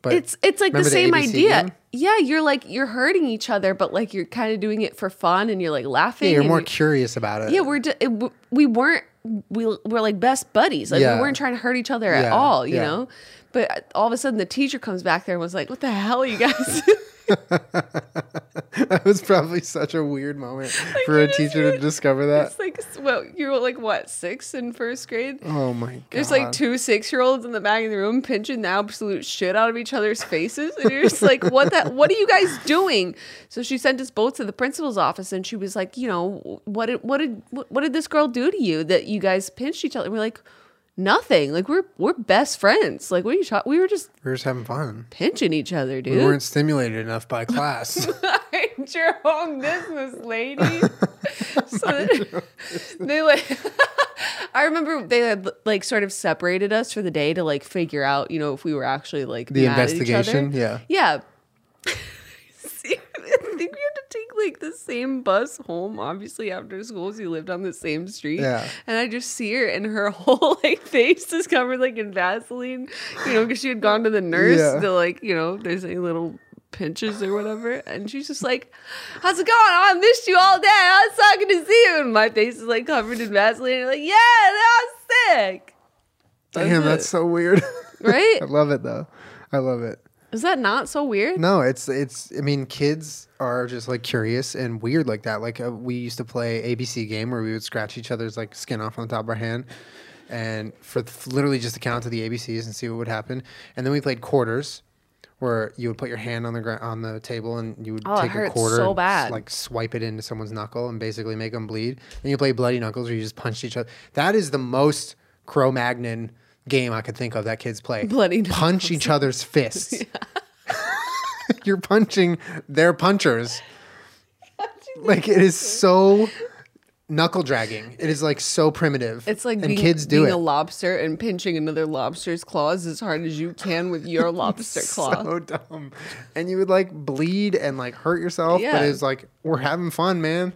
[SPEAKER 1] But
[SPEAKER 2] It's it's like the
[SPEAKER 1] Remember the
[SPEAKER 2] same
[SPEAKER 1] ABC
[SPEAKER 2] idea.
[SPEAKER 1] game?
[SPEAKER 2] Yeah, you're like you're hurting each other, but like you're kind of doing it for fun, and you're like laughing.
[SPEAKER 1] yeah, you're
[SPEAKER 2] and
[SPEAKER 1] more curious about it.
[SPEAKER 2] yeah, we're d- it, w- we weren't we were like best buddies. Like
[SPEAKER 1] Yeah.
[SPEAKER 2] we weren't trying to hurt each other at
[SPEAKER 1] Yeah,
[SPEAKER 2] all, you
[SPEAKER 1] yeah.
[SPEAKER 2] know. But all of a sudden, the teacher comes back there and was like, "What the hell, are you guys?"
[SPEAKER 1] [LAUGHS]
[SPEAKER 2] [LAUGHS]
[SPEAKER 1] that was probably such a weird moment
[SPEAKER 2] [LAUGHS]
[SPEAKER 1] for a
[SPEAKER 2] you just
[SPEAKER 1] teacher to
[SPEAKER 2] did-
[SPEAKER 1] discover that.
[SPEAKER 2] it's like, s- well, you were like what six in first grade.
[SPEAKER 1] Oh my god.
[SPEAKER 2] There's like two six year olds in the back of the room pinching the absolute shit out of each other's faces. And you're just like, what that what are you guys doing? So she sent us both to the principal's office and she was like, you know, what did what did what, what did this girl do to you that you guys pinched each other? And we're like, nothing. Like we're we're best friends. Like what are you talking we were just
[SPEAKER 1] we were just having fun.
[SPEAKER 2] pinching each other, dude.
[SPEAKER 1] We weren't stimulated enough
[SPEAKER 2] [LAUGHS]
[SPEAKER 1] by class.
[SPEAKER 2] Mind your own business,
[SPEAKER 1] [LAUGHS]
[SPEAKER 2] lady. so they, they like, [LAUGHS] I remember they had like sort of separated us for the day to like figure out, you know, if we were actually like
[SPEAKER 1] the
[SPEAKER 2] mad at each other.
[SPEAKER 1] investigation. Yeah.
[SPEAKER 2] Yeah. [LAUGHS] See, I think we had to take like the same bus home, obviously after school. 'cause we lived on the same street,
[SPEAKER 1] Yeah.
[SPEAKER 2] And I just see her, and her [LAUGHS] whole like face is covered like in Vaseline, you know, because she had gone to the nurse
[SPEAKER 1] Yeah.
[SPEAKER 2] to like, you know, if there's any little pinches or whatever, and she's just like, "How's it going? Oh, I missed you all day. I was talking to see you." And my face is like covered in Vaseline. And like, yeah, that was sick,
[SPEAKER 1] Damn,
[SPEAKER 2] it.
[SPEAKER 1] that's so weird. [LAUGHS]
[SPEAKER 2] right?
[SPEAKER 1] I love it though. I love it.
[SPEAKER 2] Is that not so weird?
[SPEAKER 1] No, it's it's. I mean, kids are just like curious and weird like that. Like uh, we used to play ABC game where we would scratch each other's like skin off on the top of our hand, and for th- literally just to count to the ABCs and see what would happen. And then we played quarters, where you would put your hand on the ground on the table and you would
[SPEAKER 2] Oh, it
[SPEAKER 1] take a
[SPEAKER 2] hurts
[SPEAKER 1] quarter,
[SPEAKER 2] so
[SPEAKER 1] and s-
[SPEAKER 2] bad.
[SPEAKER 1] like swipe it into someone's knuckle and basically make them bleed. And you play bloody knuckles where you just punched each other. That is the most Cro-Magnon game I could think of that kids play.
[SPEAKER 2] Bloody
[SPEAKER 1] [LAUGHS] punch each other's fists.
[SPEAKER 2] [LAUGHS]
[SPEAKER 1] [LAUGHS] You're punching their punchers.
[SPEAKER 2] [LAUGHS]
[SPEAKER 1] Like it is so knuckle dragging. It is like so primitive.
[SPEAKER 2] It's like
[SPEAKER 1] and
[SPEAKER 2] being,
[SPEAKER 1] kids do
[SPEAKER 2] being
[SPEAKER 1] it.
[SPEAKER 2] a lobster and pinching another lobster's claws as hard as you can with
[SPEAKER 1] [LAUGHS]
[SPEAKER 2] your lobster claw.
[SPEAKER 1] so dumb. And you would like bleed and like hurt yourself,
[SPEAKER 2] Yeah.
[SPEAKER 1] but it's like we're having fun, man.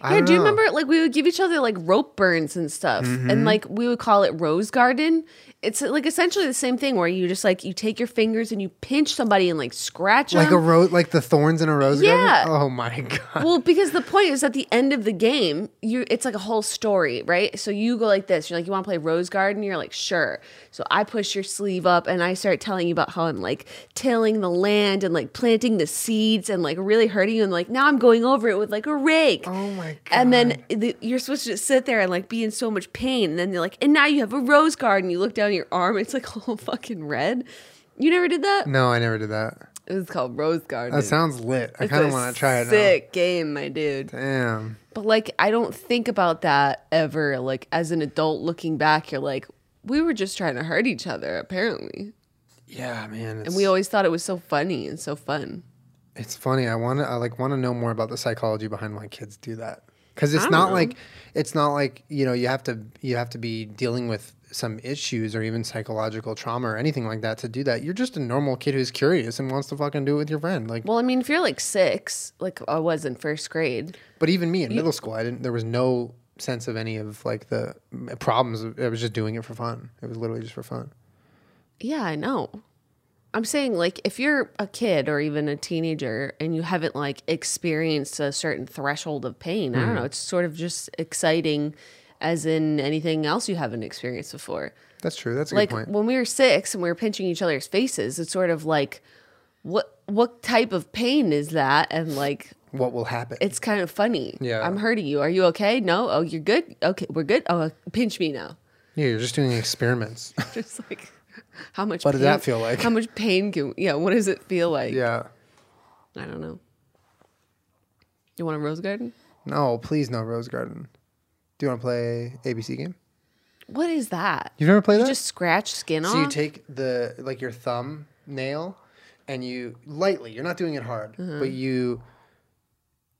[SPEAKER 1] I
[SPEAKER 2] yeah,
[SPEAKER 1] don't
[SPEAKER 2] do you
[SPEAKER 1] know.
[SPEAKER 2] remember like we would give each other like rope burns and stuff,
[SPEAKER 1] Mm-hmm.
[SPEAKER 2] and like we would call it rose garden. It's like essentially the same thing where you just like you take your fingers and you pinch somebody and like scratch
[SPEAKER 1] Like a
[SPEAKER 2] them.
[SPEAKER 1] rose, like the thorns in a rose
[SPEAKER 2] Yeah.
[SPEAKER 1] garden. Oh my [LAUGHS] god!
[SPEAKER 2] well, because the point is at the end of the game, you it's like a whole story, right? So you go like this. You're like, you want to play Rose Garden? You're like, sure. So I push your sleeve up and I start telling you about how I'm like tilling the land and like planting the seeds and like really hurting you. And like now I'm going over it with like a rake.
[SPEAKER 1] Oh my
[SPEAKER 2] And then the, you're supposed to just sit there and like be in so much pain. And then they're like, and now you have a [LAUGHS] rose garden. You look down your arm, it's like all fucking red. You never did that?
[SPEAKER 1] No, I never did that.
[SPEAKER 2] It was called Rose Garden.
[SPEAKER 1] That sounds lit. I
[SPEAKER 2] It's
[SPEAKER 1] kind
[SPEAKER 2] a
[SPEAKER 1] of want to try it
[SPEAKER 2] Sick game, my dude.
[SPEAKER 1] now. Damn.
[SPEAKER 2] But like, I don't think about that ever. Like, as an adult looking back, you're like, we were just trying to hurt each other, apparently.
[SPEAKER 1] Yeah, man. It's,
[SPEAKER 2] And we always thought it was so funny and so fun.
[SPEAKER 1] it's funny. I want to. I like want to know more about the psychology behind why kids do that. Because it's
[SPEAKER 2] I
[SPEAKER 1] not
[SPEAKER 2] don't
[SPEAKER 1] like it's not like you know you have to you have to be dealing with some issues or even psychological trauma or anything like that to do that. You're just a normal kid who's curious and wants to fucking do it with your friend. Like,
[SPEAKER 2] Well, I mean, if you're like six, like I was in first grade,
[SPEAKER 1] but even me in middle school, I didn't. There was no sense of any of like the mm, problems. I was just doing it for fun. It was literally just for fun.
[SPEAKER 2] yeah, I know. I'm saying like if you're a kid or even a teenager and you haven't like experienced a certain threshold of pain, I don't know, it's sort of just exciting as in anything else you haven't experienced before.
[SPEAKER 1] That's true. That's a
[SPEAKER 2] like
[SPEAKER 1] good point.
[SPEAKER 2] when we were six and we were pinching each other's faces it's sort of like what what type of pain is that and like
[SPEAKER 1] What will happen?
[SPEAKER 2] it's kind of funny
[SPEAKER 1] Yeah.
[SPEAKER 2] i'm hurting you are you okay no oh you're good okay we're good oh pinch me now [LAUGHS]
[SPEAKER 1] yeah, you're just doing experiments.
[SPEAKER 2] just like how much
[SPEAKER 1] What
[SPEAKER 2] pain,
[SPEAKER 1] does that feel like?
[SPEAKER 2] how much pain can yeah what does it feel like
[SPEAKER 1] yeah.
[SPEAKER 2] i don't know you want a rose garden
[SPEAKER 1] No, please no Rose Garden. Do you want to play ABC game?
[SPEAKER 2] what is that
[SPEAKER 1] You've never played
[SPEAKER 2] you
[SPEAKER 1] that?
[SPEAKER 2] just scratch skin
[SPEAKER 1] so you
[SPEAKER 2] off
[SPEAKER 1] take the like your thumb nail and you lightly, you're not doing it hard, but you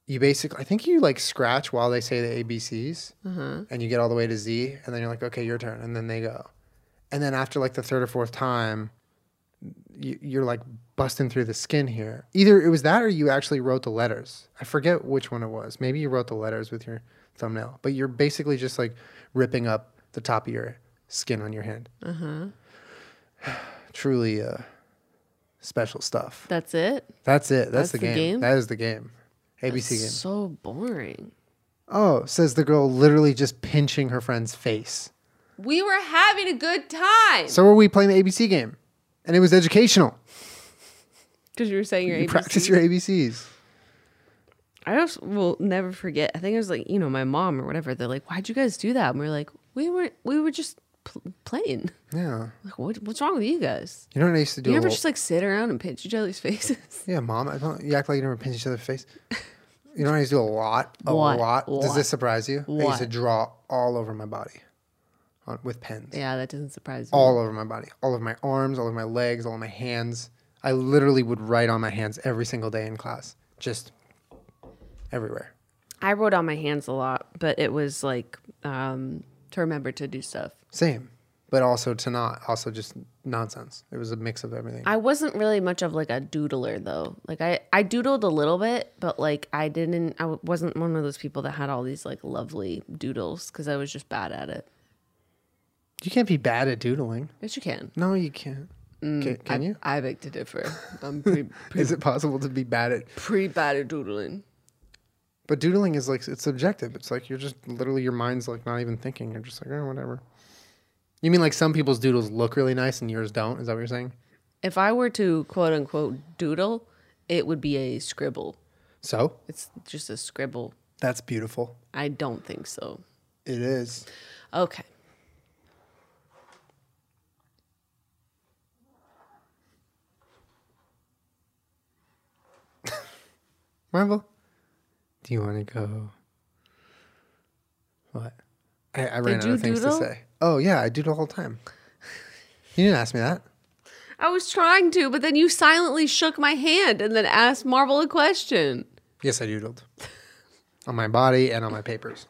[SPEAKER 1] you basically I think you like scratch while they say the ABCs and you get all the way to Z and then you're like, okay, your turn. And then they go. And then after like the third or fourth time, you, you're like busting through the skin here. Either it was that or you actually wrote the letters. I forget which one it was. Maybe you wrote the letters with your thumbnail, but you're basically just like ripping up the top of your skin on your hand. Uh-huh. [SIGHS] Truly uh, special stuff.
[SPEAKER 2] that's it
[SPEAKER 1] That's it. That's,
[SPEAKER 2] That's
[SPEAKER 1] the,
[SPEAKER 2] the
[SPEAKER 1] game.
[SPEAKER 2] game?
[SPEAKER 1] That is the game. ABC game.
[SPEAKER 2] so boring
[SPEAKER 1] Oh, says the girl literally just pinching her friend's face.
[SPEAKER 2] we were having a good time
[SPEAKER 1] So were we playing the ABC game? And it was educational.
[SPEAKER 2] because you were saying your
[SPEAKER 1] You
[SPEAKER 2] ABCs.
[SPEAKER 1] practice your ABCs.
[SPEAKER 2] I just will never forget. I think it was like you know my mom or whatever. They're like, "Why'd you guys do that?" And we are like, "We were we were just pl- playing. [LAUGHS]
[SPEAKER 1] Yeah.
[SPEAKER 2] Like, what, what's wrong with you guys?
[SPEAKER 1] You know what I used to do?
[SPEAKER 2] You
[SPEAKER 1] a
[SPEAKER 2] never
[SPEAKER 1] lo-
[SPEAKER 2] just like sit around and pinch each other's [LAUGHS] faces."
[SPEAKER 1] Yeah, mom, I don't, you act like you never pinch each other's face. You know what I used to do a lot? A
[SPEAKER 2] What?
[SPEAKER 1] lot. Does
[SPEAKER 2] What?
[SPEAKER 1] this surprise you? I used to
[SPEAKER 2] What?
[SPEAKER 1] draw all over my body on, with pens.
[SPEAKER 2] yeah, that doesn't surprise me.
[SPEAKER 1] All over my body. All over my arms, all over my legs, all over my hands. I literally would write on my hands every single day in class. Just everywhere.
[SPEAKER 2] I wrote on my hands a lot, but it was like um, to remember to do stuff.
[SPEAKER 1] Same. But also to not. Also just nonsense. It was a mix of everything.
[SPEAKER 2] I wasn't really much of like a doodler though. Like I I doodled a little bit, but like I didn't. I wasn't one of those people that had all these like lovely doodles because I was just bad at it.
[SPEAKER 1] you can't be bad at doodling.
[SPEAKER 2] Yes, you can.
[SPEAKER 1] No, you can't. can can you?
[SPEAKER 2] Mm, I beg to differ. I'm [LAUGHS] pretty
[SPEAKER 1] Is it possible to be bad at
[SPEAKER 2] pretty bad at doodling.
[SPEAKER 1] But doodling is like it's subjective. It's like you're just literally your mind's like not even thinking. You're just like oh whatever. You mean like some people's doodles look really nice and yours don't? Is that what you're saying?
[SPEAKER 2] If I were to quote unquote doodle, it would be a scribble.
[SPEAKER 1] So
[SPEAKER 2] It's just a scribble.
[SPEAKER 1] that's beautiful.
[SPEAKER 2] I don't think so.
[SPEAKER 1] It is.
[SPEAKER 2] Okay.
[SPEAKER 1] Marvel, do you want to go? What? I, I ran
[SPEAKER 2] Did
[SPEAKER 1] out
[SPEAKER 2] you
[SPEAKER 1] of things
[SPEAKER 2] doodle?
[SPEAKER 1] to say. Oh yeah, I doodle all the time. You didn't ask me that.
[SPEAKER 2] I was trying to, but then you silently shook my hand and then asked Marvel a question.
[SPEAKER 1] Yes, I doodled on my body and on my papers.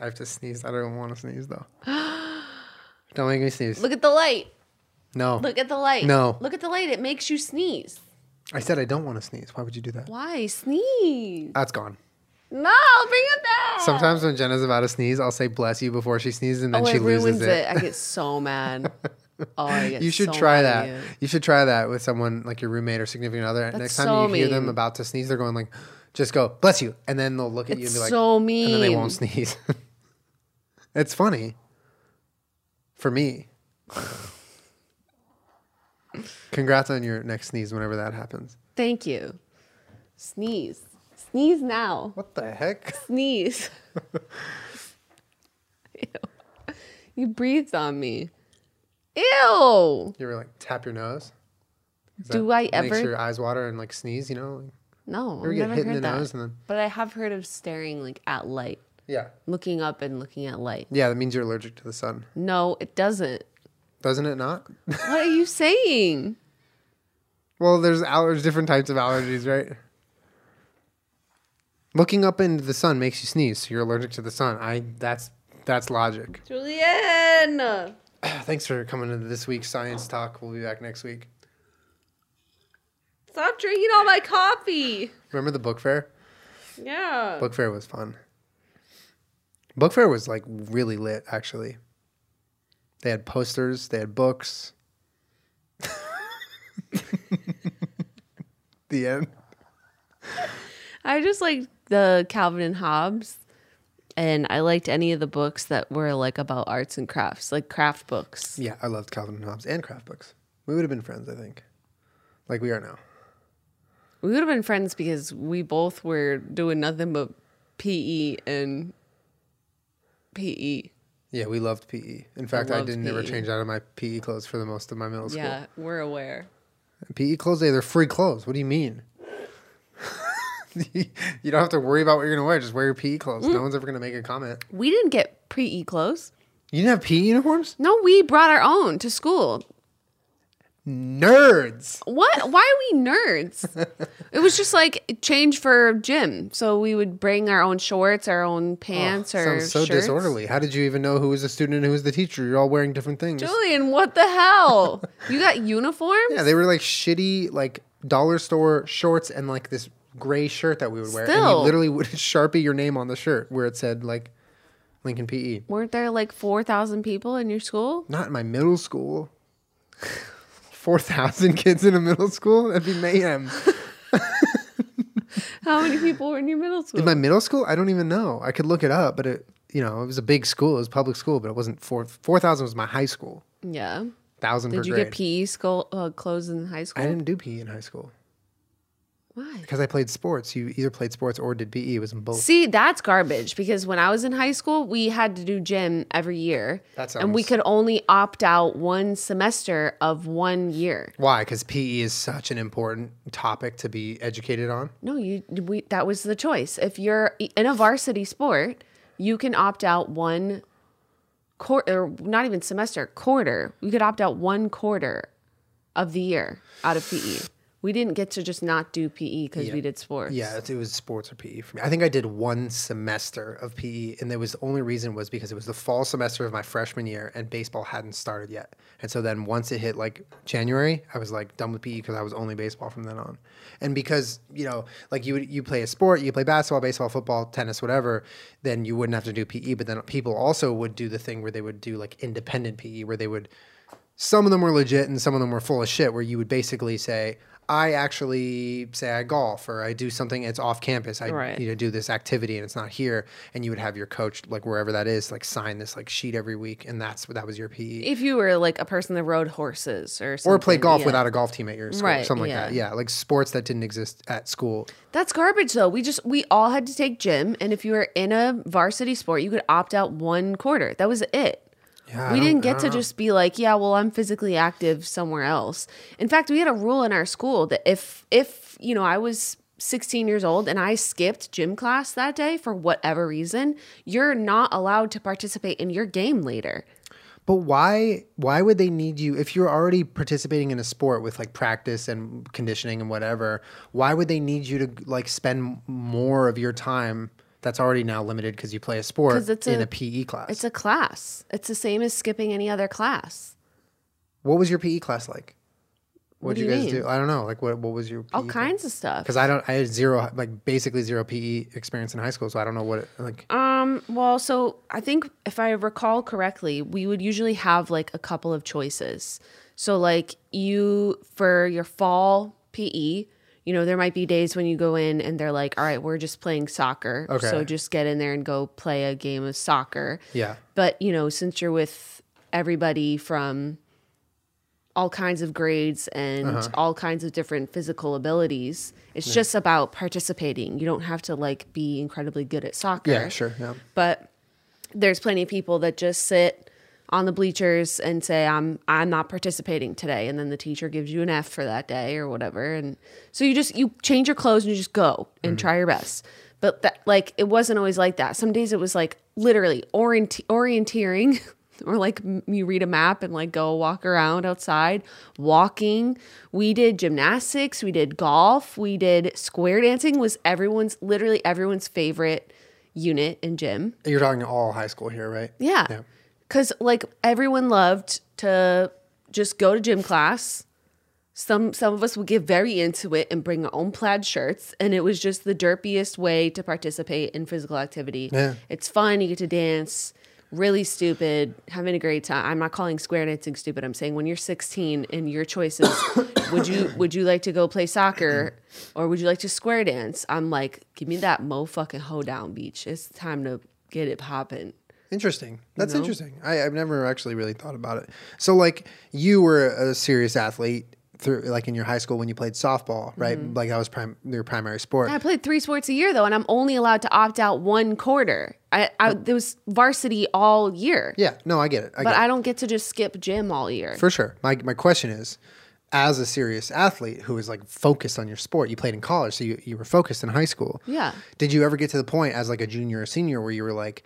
[SPEAKER 1] I have to sneeze. I don't want to sneeze though. don't make me sneeze.
[SPEAKER 2] Look at the light.
[SPEAKER 1] No.
[SPEAKER 2] Look at the light.
[SPEAKER 1] No.
[SPEAKER 2] Look at the light. It makes you sneeze.
[SPEAKER 1] I said I don't want to sneeze. Why would you do that?
[SPEAKER 2] Why? Sneeze.
[SPEAKER 1] That's gone.
[SPEAKER 2] No, bring it back.
[SPEAKER 1] Sometimes when Jenna's about to sneeze, I'll say bless you before she sneezes and then
[SPEAKER 2] oh,
[SPEAKER 1] she
[SPEAKER 2] it
[SPEAKER 1] loses
[SPEAKER 2] ruins
[SPEAKER 1] it.
[SPEAKER 2] it. I get so mad.
[SPEAKER 1] [LAUGHS]
[SPEAKER 2] Oh, I get
[SPEAKER 1] You should
[SPEAKER 2] so
[SPEAKER 1] try
[SPEAKER 2] mad
[SPEAKER 1] that.
[SPEAKER 2] at
[SPEAKER 1] You.
[SPEAKER 2] you.
[SPEAKER 1] should try that with someone like your roommate or significant other. Next time
[SPEAKER 2] so
[SPEAKER 1] you hear them
[SPEAKER 2] mean.
[SPEAKER 1] about to sneeze, they're going like, just go, bless you. And then they'll look at you and
[SPEAKER 2] It's
[SPEAKER 1] be like,
[SPEAKER 2] so
[SPEAKER 1] and then they
[SPEAKER 2] mean.
[SPEAKER 1] won't sneeze. [LAUGHS] it's funny for
[SPEAKER 2] [LAUGHS]
[SPEAKER 1] me. Congrats on your next sneeze whenever that happens.
[SPEAKER 2] Thank you. Sneeze. Sneeze now.
[SPEAKER 1] What the heck?
[SPEAKER 2] Sneeze. [LAUGHS] Ew. You breathed on me. Ew.
[SPEAKER 1] You were like, tap your nose. Does
[SPEAKER 2] Do
[SPEAKER 1] that
[SPEAKER 2] I ever?
[SPEAKER 1] Makes your eyes water and like sneeze, you know? Like,
[SPEAKER 2] no,
[SPEAKER 1] ever
[SPEAKER 2] I've
[SPEAKER 1] get
[SPEAKER 2] never
[SPEAKER 1] hit in
[SPEAKER 2] heard
[SPEAKER 1] the
[SPEAKER 2] that.
[SPEAKER 1] nose and then.
[SPEAKER 2] But I have heard of staring like at light,
[SPEAKER 1] Yeah.
[SPEAKER 2] looking up and looking at light.
[SPEAKER 1] Yeah, that means you're allergic to the sun.
[SPEAKER 2] No, it doesn't.
[SPEAKER 1] Doesn't it not? [LAUGHS]
[SPEAKER 2] What are you saying?
[SPEAKER 1] Well, there's allergies, different types of allergies, right? Looking up into the sun makes you sneeze, so you're allergic to the sun. I that's that's logic. [SIGHS]
[SPEAKER 2] Julianne.
[SPEAKER 1] Thanks for coming to this week's science talk. We'll be back next week.
[SPEAKER 2] Stop drinking all my coffee.
[SPEAKER 1] Remember the book fair?
[SPEAKER 2] Yeah.
[SPEAKER 1] Book fair was fun. Book fair was like really lit, actually. They had posters, they had books. [LAUGHS] the end.
[SPEAKER 2] I just liked the Calvin and Hobbes. And I liked any of the books that were like about arts and crafts, like craft books.
[SPEAKER 1] Yeah, I loved Calvin and Hobbes and craft books. We would have been friends, I think, like we are now.
[SPEAKER 2] We would have been friends because we both were doing nothing but PE and E. PE.
[SPEAKER 1] Yeah, we loved PE. In fact, I, E.
[SPEAKER 2] loved
[SPEAKER 1] didn't ever
[SPEAKER 2] PE.
[SPEAKER 1] change out of my PE clothes for the most of my middle school.
[SPEAKER 2] Yeah, we're aware.
[SPEAKER 1] PE clothes day, they're free clothes. What do you mean? [LAUGHS] you don't have to worry about what you're gonna wear. Just wear your PE clothes. No one's ever gonna make a comment.
[SPEAKER 2] We didn't get
[SPEAKER 1] E
[SPEAKER 2] PE clothes.
[SPEAKER 1] You didn't have PE uniforms?
[SPEAKER 2] No, we brought our own to school.
[SPEAKER 1] Nerds.
[SPEAKER 2] What? Why are we nerds?
[SPEAKER 1] [LAUGHS]
[SPEAKER 2] it was just like change for gym. So we would bring our own shorts, our own pants, or
[SPEAKER 1] Oh, Sounds so
[SPEAKER 2] shirts.
[SPEAKER 1] disorderly. How did you even know who was the student and who was the teacher? You're all wearing different things.
[SPEAKER 2] Julian, what the hell? you got uniforms?
[SPEAKER 1] Yeah, they were like shitty, like dollar store shorts and like this gray shirt that we would wear. And you
[SPEAKER 2] Still.
[SPEAKER 1] literally would [LAUGHS] sharpie your name on the shirt where it said like Lincoln PE.
[SPEAKER 2] Weren't there like 4,000 people in your school?
[SPEAKER 1] Not in my middle school. [LAUGHS] 4,000 kids in a middle school? That'd be
[SPEAKER 2] [LAUGHS]
[SPEAKER 1] mayhem.
[SPEAKER 2] How many people were in your middle school?
[SPEAKER 1] in my middle school, I don't even know. I could look it up, but it, you know, it was a big school. It was public school, but it wasn't four, 4,000 was my high school.
[SPEAKER 2] [LAUGHS] yeah.
[SPEAKER 1] 1,000 per
[SPEAKER 2] Did you
[SPEAKER 1] grade.
[SPEAKER 2] get PE school, uh, clothes in high
[SPEAKER 1] I
[SPEAKER 2] school?
[SPEAKER 1] didn't do PE in high school
[SPEAKER 2] Why?
[SPEAKER 1] because I played sports. You either played sports or did PE. It was in both.
[SPEAKER 2] See, that's garbage because when I was in high school, we had to do gym every year.
[SPEAKER 1] That
[SPEAKER 2] And we
[SPEAKER 1] sounds-
[SPEAKER 2] could only opt out one semester of one year.
[SPEAKER 1] Why? Because PE is such an important topic to be educated on.
[SPEAKER 2] No, you we, that was the choice. If you're in a varsity sport, you can opt out one quarter, or not even semester, quarter. You could opt out one quarter of the year out of PE. We didn't get to just not do PE because we did sports.
[SPEAKER 1] Yeah, it, it was sports or PE for me. I think I did one semester of PE, and there was the only reason was because it was the fall semester of my freshman year, and baseball hadn't started yet. And so then once it hit like January, I was like done with PE because I was only baseball from then on. And because you know, like you would you play a sport, you play basketball, baseball, football, tennis, whatever, then you wouldn't have to do PE. But then people also would do the thing where they would do like independent PE, where they would some of them were legit and some of them were full of shit where you would basically say i actually say i golf or i do something it's off campus i
[SPEAKER 2] Right.
[SPEAKER 1] you know do this activity and it's not here and you would have your coach like wherever that is like sign this like sheet every week and that's that was your pe
[SPEAKER 2] If you were like a person that rode horses or something,
[SPEAKER 1] or play golf
[SPEAKER 2] yeah.
[SPEAKER 1] without a golf team at your school
[SPEAKER 2] Right,
[SPEAKER 1] something like
[SPEAKER 2] yeah.
[SPEAKER 1] that yeah like sports that didn't exist at school
[SPEAKER 2] That's garbage though. We just we all had to take gym and if you were in a varsity sport, you could opt out one quarter. That was it.
[SPEAKER 1] Yeah, I
[SPEAKER 2] we
[SPEAKER 1] don't-
[SPEAKER 2] didn't
[SPEAKER 1] I
[SPEAKER 2] get to just be like, yeah, well, I'm physically active somewhere else. In fact, we had a rule in our school that if if, you know, I was 16 years old and I skipped gym class that day for whatever reason, you're not allowed to participate in your game later.
[SPEAKER 1] But why why would they need you if you're already participating in a sport with like practice and conditioning and whatever? Why would they need you to like spend more of your time that's already now limited because you play a sport
[SPEAKER 2] 'Cause it's
[SPEAKER 1] in a,
[SPEAKER 2] a-
[SPEAKER 1] PE class?
[SPEAKER 2] It's a class. It's the same as skipping any other class.
[SPEAKER 1] what was your PE class like? What did
[SPEAKER 2] do
[SPEAKER 1] you,
[SPEAKER 2] you
[SPEAKER 1] guys
[SPEAKER 2] mean?
[SPEAKER 1] do? I don't know. Like what what was your PE
[SPEAKER 2] All kinds of stuff.
[SPEAKER 1] Because I don't I had zero like basically zero PE experience in high school, so I don't know what it, like
[SPEAKER 2] Um, well, so I think if I recall correctly, we would usually have like a couple of choices. So like you for your fall PE, you know, there might be days when you go in and they're like, "All right, we're just playing soccer."
[SPEAKER 1] Okay.
[SPEAKER 2] So just get in there and go play a game of soccer.
[SPEAKER 1] yeah.
[SPEAKER 2] But, you know, since you're with everybody from all kinds of grades and all kinds of different physical abilities, it's just about participating. You don't have to like be incredibly good at soccer
[SPEAKER 1] Yeah, sure. Yeah.
[SPEAKER 2] but there's plenty of people that just sit on the bleachers and say I'm I'm not participating today and then the teacher gives you an F for that day or whatever and so you just you change your clothes and you just go and try your best. But that like it wasn't always like that. Some days it was like literally orient- orienteering [LAUGHS] or like m- you read a map and like go walk around outside walking we did gymnastics we did golf we did square dancing was everyone's literally everyone's favorite unit in gym
[SPEAKER 1] You're talking all high school here, right?
[SPEAKER 2] yeah.
[SPEAKER 1] Yeah.
[SPEAKER 2] Cause like everyone loved to just go to gym class. Some some of us would get very into it and bring our own plaid shirts, and it was just the derpiest way to participate in physical activity.
[SPEAKER 1] Yeah.
[SPEAKER 2] It's fun, you get to dance, really stupid, having a great time. I'm not calling square dancing stupid. I'm saying when you're 16 and your choices, [COUGHS] would you would you like to go play soccer or would you like to square dance? I'm like, give me that mo fucking ho down beach. It's time to get it poppin'.
[SPEAKER 1] Interesting. That's interesting. I, I've never actually really thought about it. So, like, you were a serious athlete through, like, in your high school when you played softball, right? Like, that was prim- your primary sport.
[SPEAKER 2] I played three sports a year though, and I'm only allowed to opt out one quarter. I, I there was varsity all year,
[SPEAKER 1] Yeah. No, I get it. I
[SPEAKER 2] but
[SPEAKER 1] get it.
[SPEAKER 2] I don't get to just skip gym all year.
[SPEAKER 1] For sure. My, my question is as a serious athlete who is like focused on your sport, you played in college, so you, you were focused in high school.
[SPEAKER 2] Yeah.
[SPEAKER 1] Did you ever get to the point as like a junior or senior where you were like,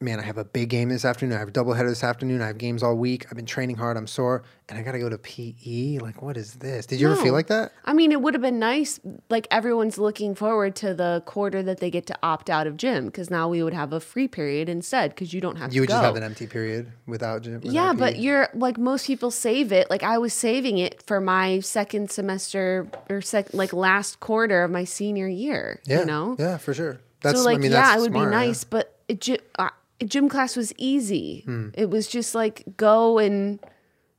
[SPEAKER 1] man, I have a big game this afternoon. I have a doubleheader this afternoon. I have games all week. I've been training hard. I'm sore and I got to go to PE. Like, what is this? Did you ever
[SPEAKER 2] No.
[SPEAKER 1] feel like that?
[SPEAKER 2] I mean, it would have been nice. Like everyone's looking forward to the quarter that they get to opt out of gym because now we would have a free period instead because you don't have
[SPEAKER 1] You
[SPEAKER 2] to
[SPEAKER 1] would just
[SPEAKER 2] go.
[SPEAKER 1] have an empty period without gym. without
[SPEAKER 2] yeah, but
[SPEAKER 1] PE.
[SPEAKER 2] you're like most people save it. Like I was saving it for my second semester or sec like last quarter of my senior year.
[SPEAKER 1] yeah,
[SPEAKER 2] you know.
[SPEAKER 1] yeah, for sure. That's
[SPEAKER 2] so like
[SPEAKER 1] I mean,
[SPEAKER 2] yeah,
[SPEAKER 1] that's
[SPEAKER 2] it would
[SPEAKER 1] smart,
[SPEAKER 2] be
[SPEAKER 1] yeah.
[SPEAKER 2] nice, but it, gy- uh, gym class was easy.
[SPEAKER 1] Hmm.
[SPEAKER 2] It was just like go and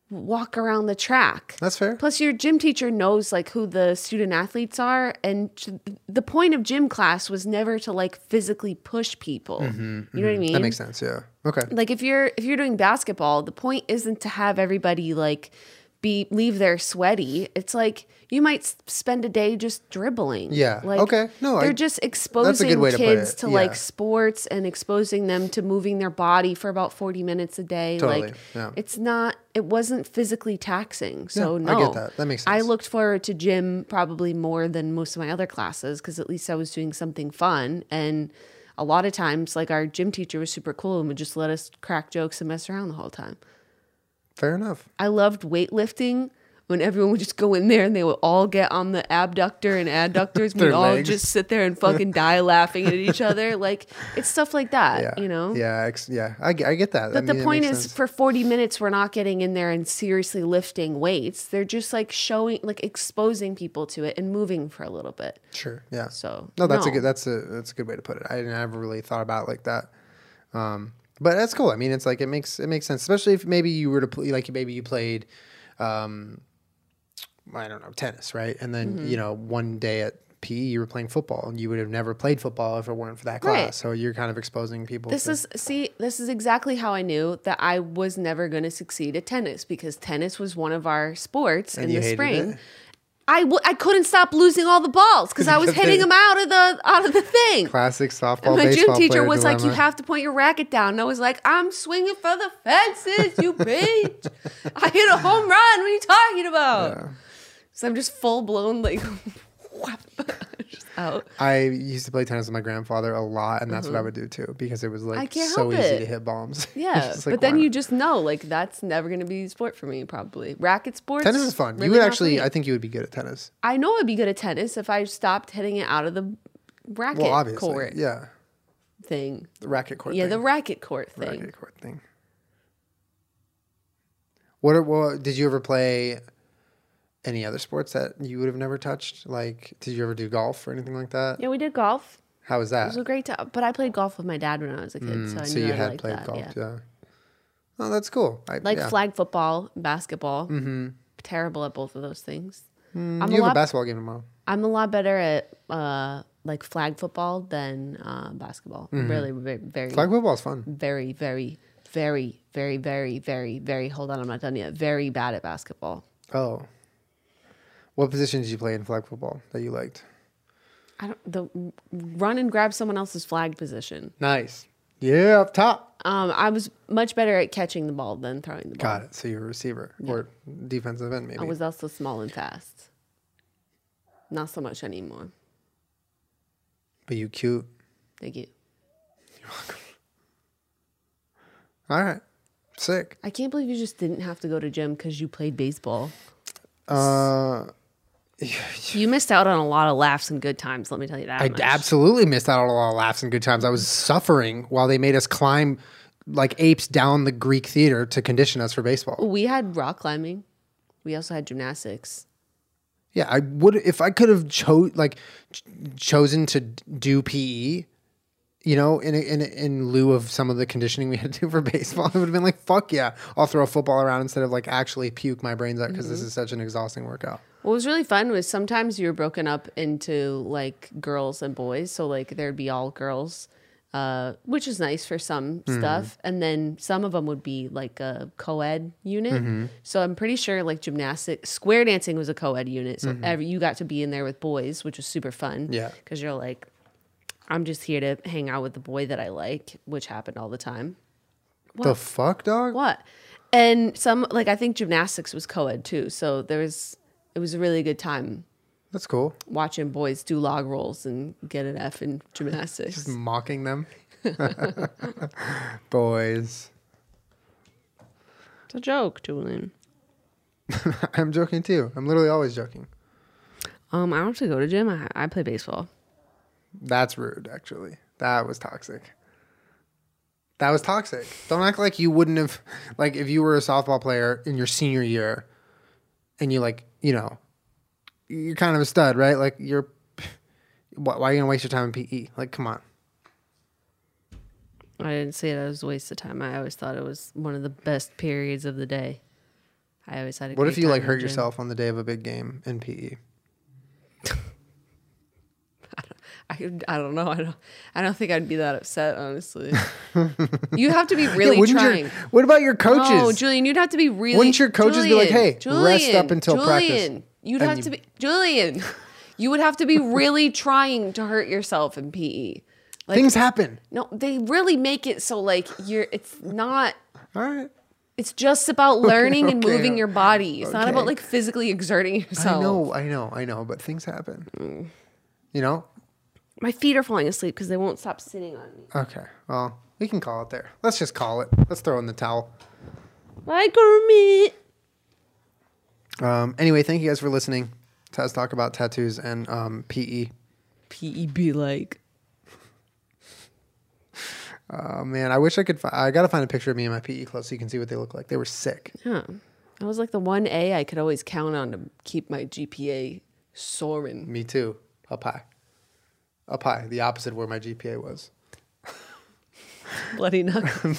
[SPEAKER 2] walk around the track.
[SPEAKER 1] That's fair.
[SPEAKER 2] Plus, your gym teacher knows like who the student athletes are, and j- the point of gym class was never to like physically push people. You know what I mean?
[SPEAKER 1] Mm-hmm, That makes sense. Yeah. Okay.
[SPEAKER 2] like if you're if you're doing basketball the point isn't to have everybody like be leave there sweaty it's like you might s- spend a day just dribbling
[SPEAKER 1] Yeah.
[SPEAKER 2] like
[SPEAKER 1] Okay. No, I-
[SPEAKER 2] they're just exposing
[SPEAKER 1] way to put
[SPEAKER 2] kids
[SPEAKER 1] it.
[SPEAKER 2] to,
[SPEAKER 1] Yeah.
[SPEAKER 2] like sports and exposing them to moving their body for about 40 minutes a day
[SPEAKER 1] Totally.
[SPEAKER 2] like
[SPEAKER 1] Yeah.
[SPEAKER 2] it's not it wasn't physically taxing so
[SPEAKER 1] Yeah,
[SPEAKER 2] no
[SPEAKER 1] I get that. That makes
[SPEAKER 2] I
[SPEAKER 1] sense.
[SPEAKER 2] looked forward to gym probably more than most of my other classes because at least I was doing something fun. And a lot of times, like our gym teacher was super cool and would just let us crack jokes and mess around the whole time.
[SPEAKER 1] Fair enough.
[SPEAKER 2] I loved weightlifting when everyone would just go in there and they would all get on the abductor and
[SPEAKER 1] [LAUGHS]
[SPEAKER 2] adductors.
[SPEAKER 1] Their
[SPEAKER 2] We'd all
[SPEAKER 1] legs.
[SPEAKER 2] just sit there and fucking die laughing at each other. Like it's stuff like
[SPEAKER 1] [LAUGHS]
[SPEAKER 2] that,
[SPEAKER 1] Yeah.
[SPEAKER 2] you know?
[SPEAKER 1] Yeah. Ex- yeah. I, g- I get that. I
[SPEAKER 2] But
[SPEAKER 1] mean,
[SPEAKER 2] the
[SPEAKER 1] it
[SPEAKER 2] point
[SPEAKER 1] makes
[SPEAKER 2] is,
[SPEAKER 1] sense.
[SPEAKER 2] for 40 minutes, we're not getting in there and seriously lifting weights. They're just like showing, like exposing people to it and moving for a little bit.
[SPEAKER 1] Sure. Yeah.
[SPEAKER 2] So,
[SPEAKER 1] no, that's a
[SPEAKER 2] no.
[SPEAKER 1] good. That's a that's a good way to put it. I never really thought about it like that. Um, but that's cool. I mean, it's like it makes it makes sense, especially if maybe you were to play like maybe you played, um, I don't know, tennis, right? And then
[SPEAKER 2] Mm-hmm.
[SPEAKER 1] you know one day at PE you were playing football, and you would have never played football if it weren't for that class.
[SPEAKER 2] Right.
[SPEAKER 1] So you're kind of exposing people.
[SPEAKER 2] This
[SPEAKER 1] to,
[SPEAKER 2] is, see, this is exactly how I knew that I was never going to succeed at tennis because tennis was one of our sports in
[SPEAKER 1] you
[SPEAKER 2] the
[SPEAKER 1] hated
[SPEAKER 2] spring.
[SPEAKER 1] it?
[SPEAKER 2] I, w- I couldn't stop losing all the
[SPEAKER 1] [LAUGHS]
[SPEAKER 2] balls because I was
[SPEAKER 1] kept
[SPEAKER 2] hitting
[SPEAKER 1] hitting-
[SPEAKER 2] them out of the out of the thing.
[SPEAKER 1] classic softball.
[SPEAKER 2] [LAUGHS] My gym
[SPEAKER 1] baseball
[SPEAKER 2] teacher
[SPEAKER 1] player
[SPEAKER 2] was like, "You
[SPEAKER 1] dilemma.
[SPEAKER 2] have to point your racket down." And I was like, "I'm swinging for the fences,
[SPEAKER 1] [LAUGHS]
[SPEAKER 2] you bitch! I hit a home run. What are you talking about?" So I'm just full blown like, [LAUGHS] just out.
[SPEAKER 1] I used to play tennis with my grandfather a lot, and that's what I would do too because it was like
[SPEAKER 2] Mm-hmm. can't
[SPEAKER 1] so
[SPEAKER 2] help
[SPEAKER 1] easy
[SPEAKER 2] it.
[SPEAKER 1] to hit bombs. [LAUGHS]
[SPEAKER 2] Yeah,
[SPEAKER 1] It's just like,
[SPEAKER 2] but then
[SPEAKER 1] why
[SPEAKER 2] you
[SPEAKER 1] not?
[SPEAKER 2] just know like that's never gonna be a sport for me. Probably racket sports.
[SPEAKER 1] tennis is fun.
[SPEAKER 2] really
[SPEAKER 1] you would
[SPEAKER 2] not for
[SPEAKER 1] actually,
[SPEAKER 2] me.
[SPEAKER 1] I think you would be good at tennis.
[SPEAKER 2] I know I'd be good at tennis if I stopped hitting it out of the racket
[SPEAKER 1] Well, obviously,
[SPEAKER 2] court
[SPEAKER 1] yeah,
[SPEAKER 2] thing.
[SPEAKER 1] the racket court.
[SPEAKER 2] Yeah,
[SPEAKER 1] thing.
[SPEAKER 2] the racket court thing.
[SPEAKER 1] racket court thing. What, are, what did you ever play? Any other sports that you would have never touched? Like, did you ever do golf or anything like that?
[SPEAKER 2] Yeah, we did golf.
[SPEAKER 1] How was that?
[SPEAKER 2] It was a great time, but I played golf with my dad when I was a kid, so I
[SPEAKER 1] Mm, so
[SPEAKER 2] knew
[SPEAKER 1] you
[SPEAKER 2] I
[SPEAKER 1] had
[SPEAKER 2] liked
[SPEAKER 1] played
[SPEAKER 2] that.
[SPEAKER 1] golf,
[SPEAKER 2] yeah.
[SPEAKER 1] yeah. Oh, that's cool. I,
[SPEAKER 2] like
[SPEAKER 1] yeah. Mm-hmm.
[SPEAKER 2] flag football, basketball. Terrible at both of those things. I'm
[SPEAKER 1] Mm, you
[SPEAKER 2] a
[SPEAKER 1] have a
[SPEAKER 2] lot.
[SPEAKER 1] basketball game tomorrow.
[SPEAKER 2] I'm a lot better at uh, like flag football than uh, basketball. Really, ve- very,
[SPEAKER 1] Mm-hmm. Flag football's fun.
[SPEAKER 2] very, very, very, very, very, very, very. Hold on, I'm not done yet. Very bad at basketball.
[SPEAKER 1] Oh. What position did you play in flag football that you liked?
[SPEAKER 2] I don't the run and grab someone else's flag position.
[SPEAKER 1] Nice. Yeah, up top.
[SPEAKER 2] Um, I was much better at catching the ball than throwing the ball.
[SPEAKER 1] Got it. So you're a receiver or defensive end, maybe.
[SPEAKER 2] I was also small and fast. Not so much anymore.
[SPEAKER 1] but you cute.
[SPEAKER 2] Thank you.
[SPEAKER 1] All right. Sick.
[SPEAKER 2] I can't believe you just didn't have to go to gym because you played baseball.
[SPEAKER 1] Uh, [LAUGHS]
[SPEAKER 2] You missed out on a lot of laughs and good times. Let me tell you that.
[SPEAKER 1] I
[SPEAKER 2] much.
[SPEAKER 1] absolutely missed out on a lot of laughs and good times. I was suffering while they made us climb like apes down the Greek theater to condition us for baseball.
[SPEAKER 2] we had rock climbing. We also had gymnastics.
[SPEAKER 1] Yeah, I would if I could have chose like ch- chosen to d- do PE. You know, in in in lieu of some of the conditioning we had to do for [LAUGHS] baseball, it would have been like, "Fuck yeah, I'll throw a football around instead of like actually puke my brains out because this is such an exhausting workout."
[SPEAKER 2] What was really fun was sometimes you were broken up into like girls and boys. So like there'd be all girls, uh, which is nice for some stuff. And then some of them would be like a co-ed unit. So I'm pretty sure like gymnastics, square dancing was a co-ed unit. So every, you got to be in there with boys, which was super fun.
[SPEAKER 1] Yeah.
[SPEAKER 2] Cause you're like, I'm just here to hang out with the boy that I like, which happened all the time.
[SPEAKER 1] The fuck, dog!
[SPEAKER 2] What? And some like I think gymnastics was co-ed too. So there was it was a really good time
[SPEAKER 1] That's cool.
[SPEAKER 2] watching boys do log rolls and get an F in
[SPEAKER 1] [LAUGHS]
[SPEAKER 2] gymnastics.
[SPEAKER 1] mocking them. Boys. [LAUGHS]
[SPEAKER 2] It's a joke, Julian.
[SPEAKER 1] I'm joking too. I'm literally always joking.
[SPEAKER 2] Um, I don't have to go to gym. I, I play baseball.
[SPEAKER 1] That's rude, actually. That was toxic. That was toxic. Don't act like you wouldn't have, like, if you were a softball player in your senior year and you, like, you know, you're kind of a stud, right? Like, you're, why, why are you going to waste your time in PE? Like, come on.
[SPEAKER 2] I didn't say that was a waste of time. I always thought it was one of the best periods of the day. I always had. A
[SPEAKER 1] What if
[SPEAKER 2] great
[SPEAKER 1] you,
[SPEAKER 2] time
[SPEAKER 1] like,
[SPEAKER 2] in
[SPEAKER 1] hurt
[SPEAKER 2] gym.
[SPEAKER 1] yourself on the day of a big game in E? PE?
[SPEAKER 2] I, could- I don't know. I don't. I don't think I'd be that
[SPEAKER 1] [LAUGHS]
[SPEAKER 2] upset, honestly. you have to be really
[SPEAKER 1] wouldn't your-
[SPEAKER 2] trying.
[SPEAKER 1] what about your coaches?
[SPEAKER 2] Oh, Julian, you'd have to be really.
[SPEAKER 1] Wouldn't your coaches be like,
[SPEAKER 2] Julian,
[SPEAKER 1] "Hey, rest up until practice,"
[SPEAKER 2] Julian, You'd
[SPEAKER 1] and
[SPEAKER 2] have
[SPEAKER 1] you-
[SPEAKER 2] to be Julian. [LAUGHS] You would have to be really trying to hurt yourself in PE. Like
[SPEAKER 1] Things happen.
[SPEAKER 2] no, they really make it so like you're. It's not.
[SPEAKER 1] All right.
[SPEAKER 2] It's just about learning and
[SPEAKER 1] okay,
[SPEAKER 2] moving your body. It's not about
[SPEAKER 1] okay.
[SPEAKER 2] like physically exerting yourself.
[SPEAKER 1] I know, I know, I know, but things happen.
[SPEAKER 2] Mm.
[SPEAKER 1] You know?
[SPEAKER 2] My feet are falling asleep because they won't stop sitting on me.
[SPEAKER 1] Okay. Well, we can call it there. Let's just call it. Let's throw in the towel.
[SPEAKER 2] Like Kermit.
[SPEAKER 1] Um, anyway, thank you guys for listening to us talk about tattoos and um, PE.
[SPEAKER 2] PE E be like.
[SPEAKER 1] Oh man, I wish I could. Fi- I gotta find a picture of me in my PE clothes so you can see what they look like. They were sick.
[SPEAKER 2] Yeah. I was like the one A I could always count on to keep my GPA soaring. [LAUGHS]
[SPEAKER 1] Me too. Up high. Up high. The opposite of where my GPA was.
[SPEAKER 2] Bloody knuckle.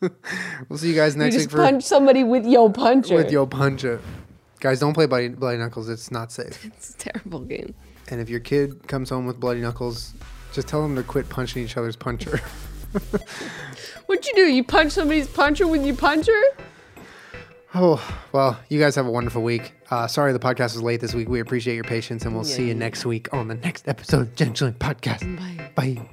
[SPEAKER 1] We'll see you guys
[SPEAKER 2] you
[SPEAKER 1] next
[SPEAKER 2] just
[SPEAKER 1] week for
[SPEAKER 2] punch somebody with yo puncher.
[SPEAKER 1] with Yo Punch It. Guys, don't play bloody, bloody knuckles. It's not safe.
[SPEAKER 2] It's a terrible game.
[SPEAKER 1] And if your kid comes home with bloody knuckles, just tell them to quit punching each other's puncher.
[SPEAKER 2] What you do? You punch somebody's puncher with your puncher?
[SPEAKER 1] Oh, well, you guys have a wonderful week. Uh, sorry the podcast was late this week. We appreciate your patience, and we'll see you next week on the next episode of Gentleman Podcast.
[SPEAKER 2] Bye.
[SPEAKER 1] Bye.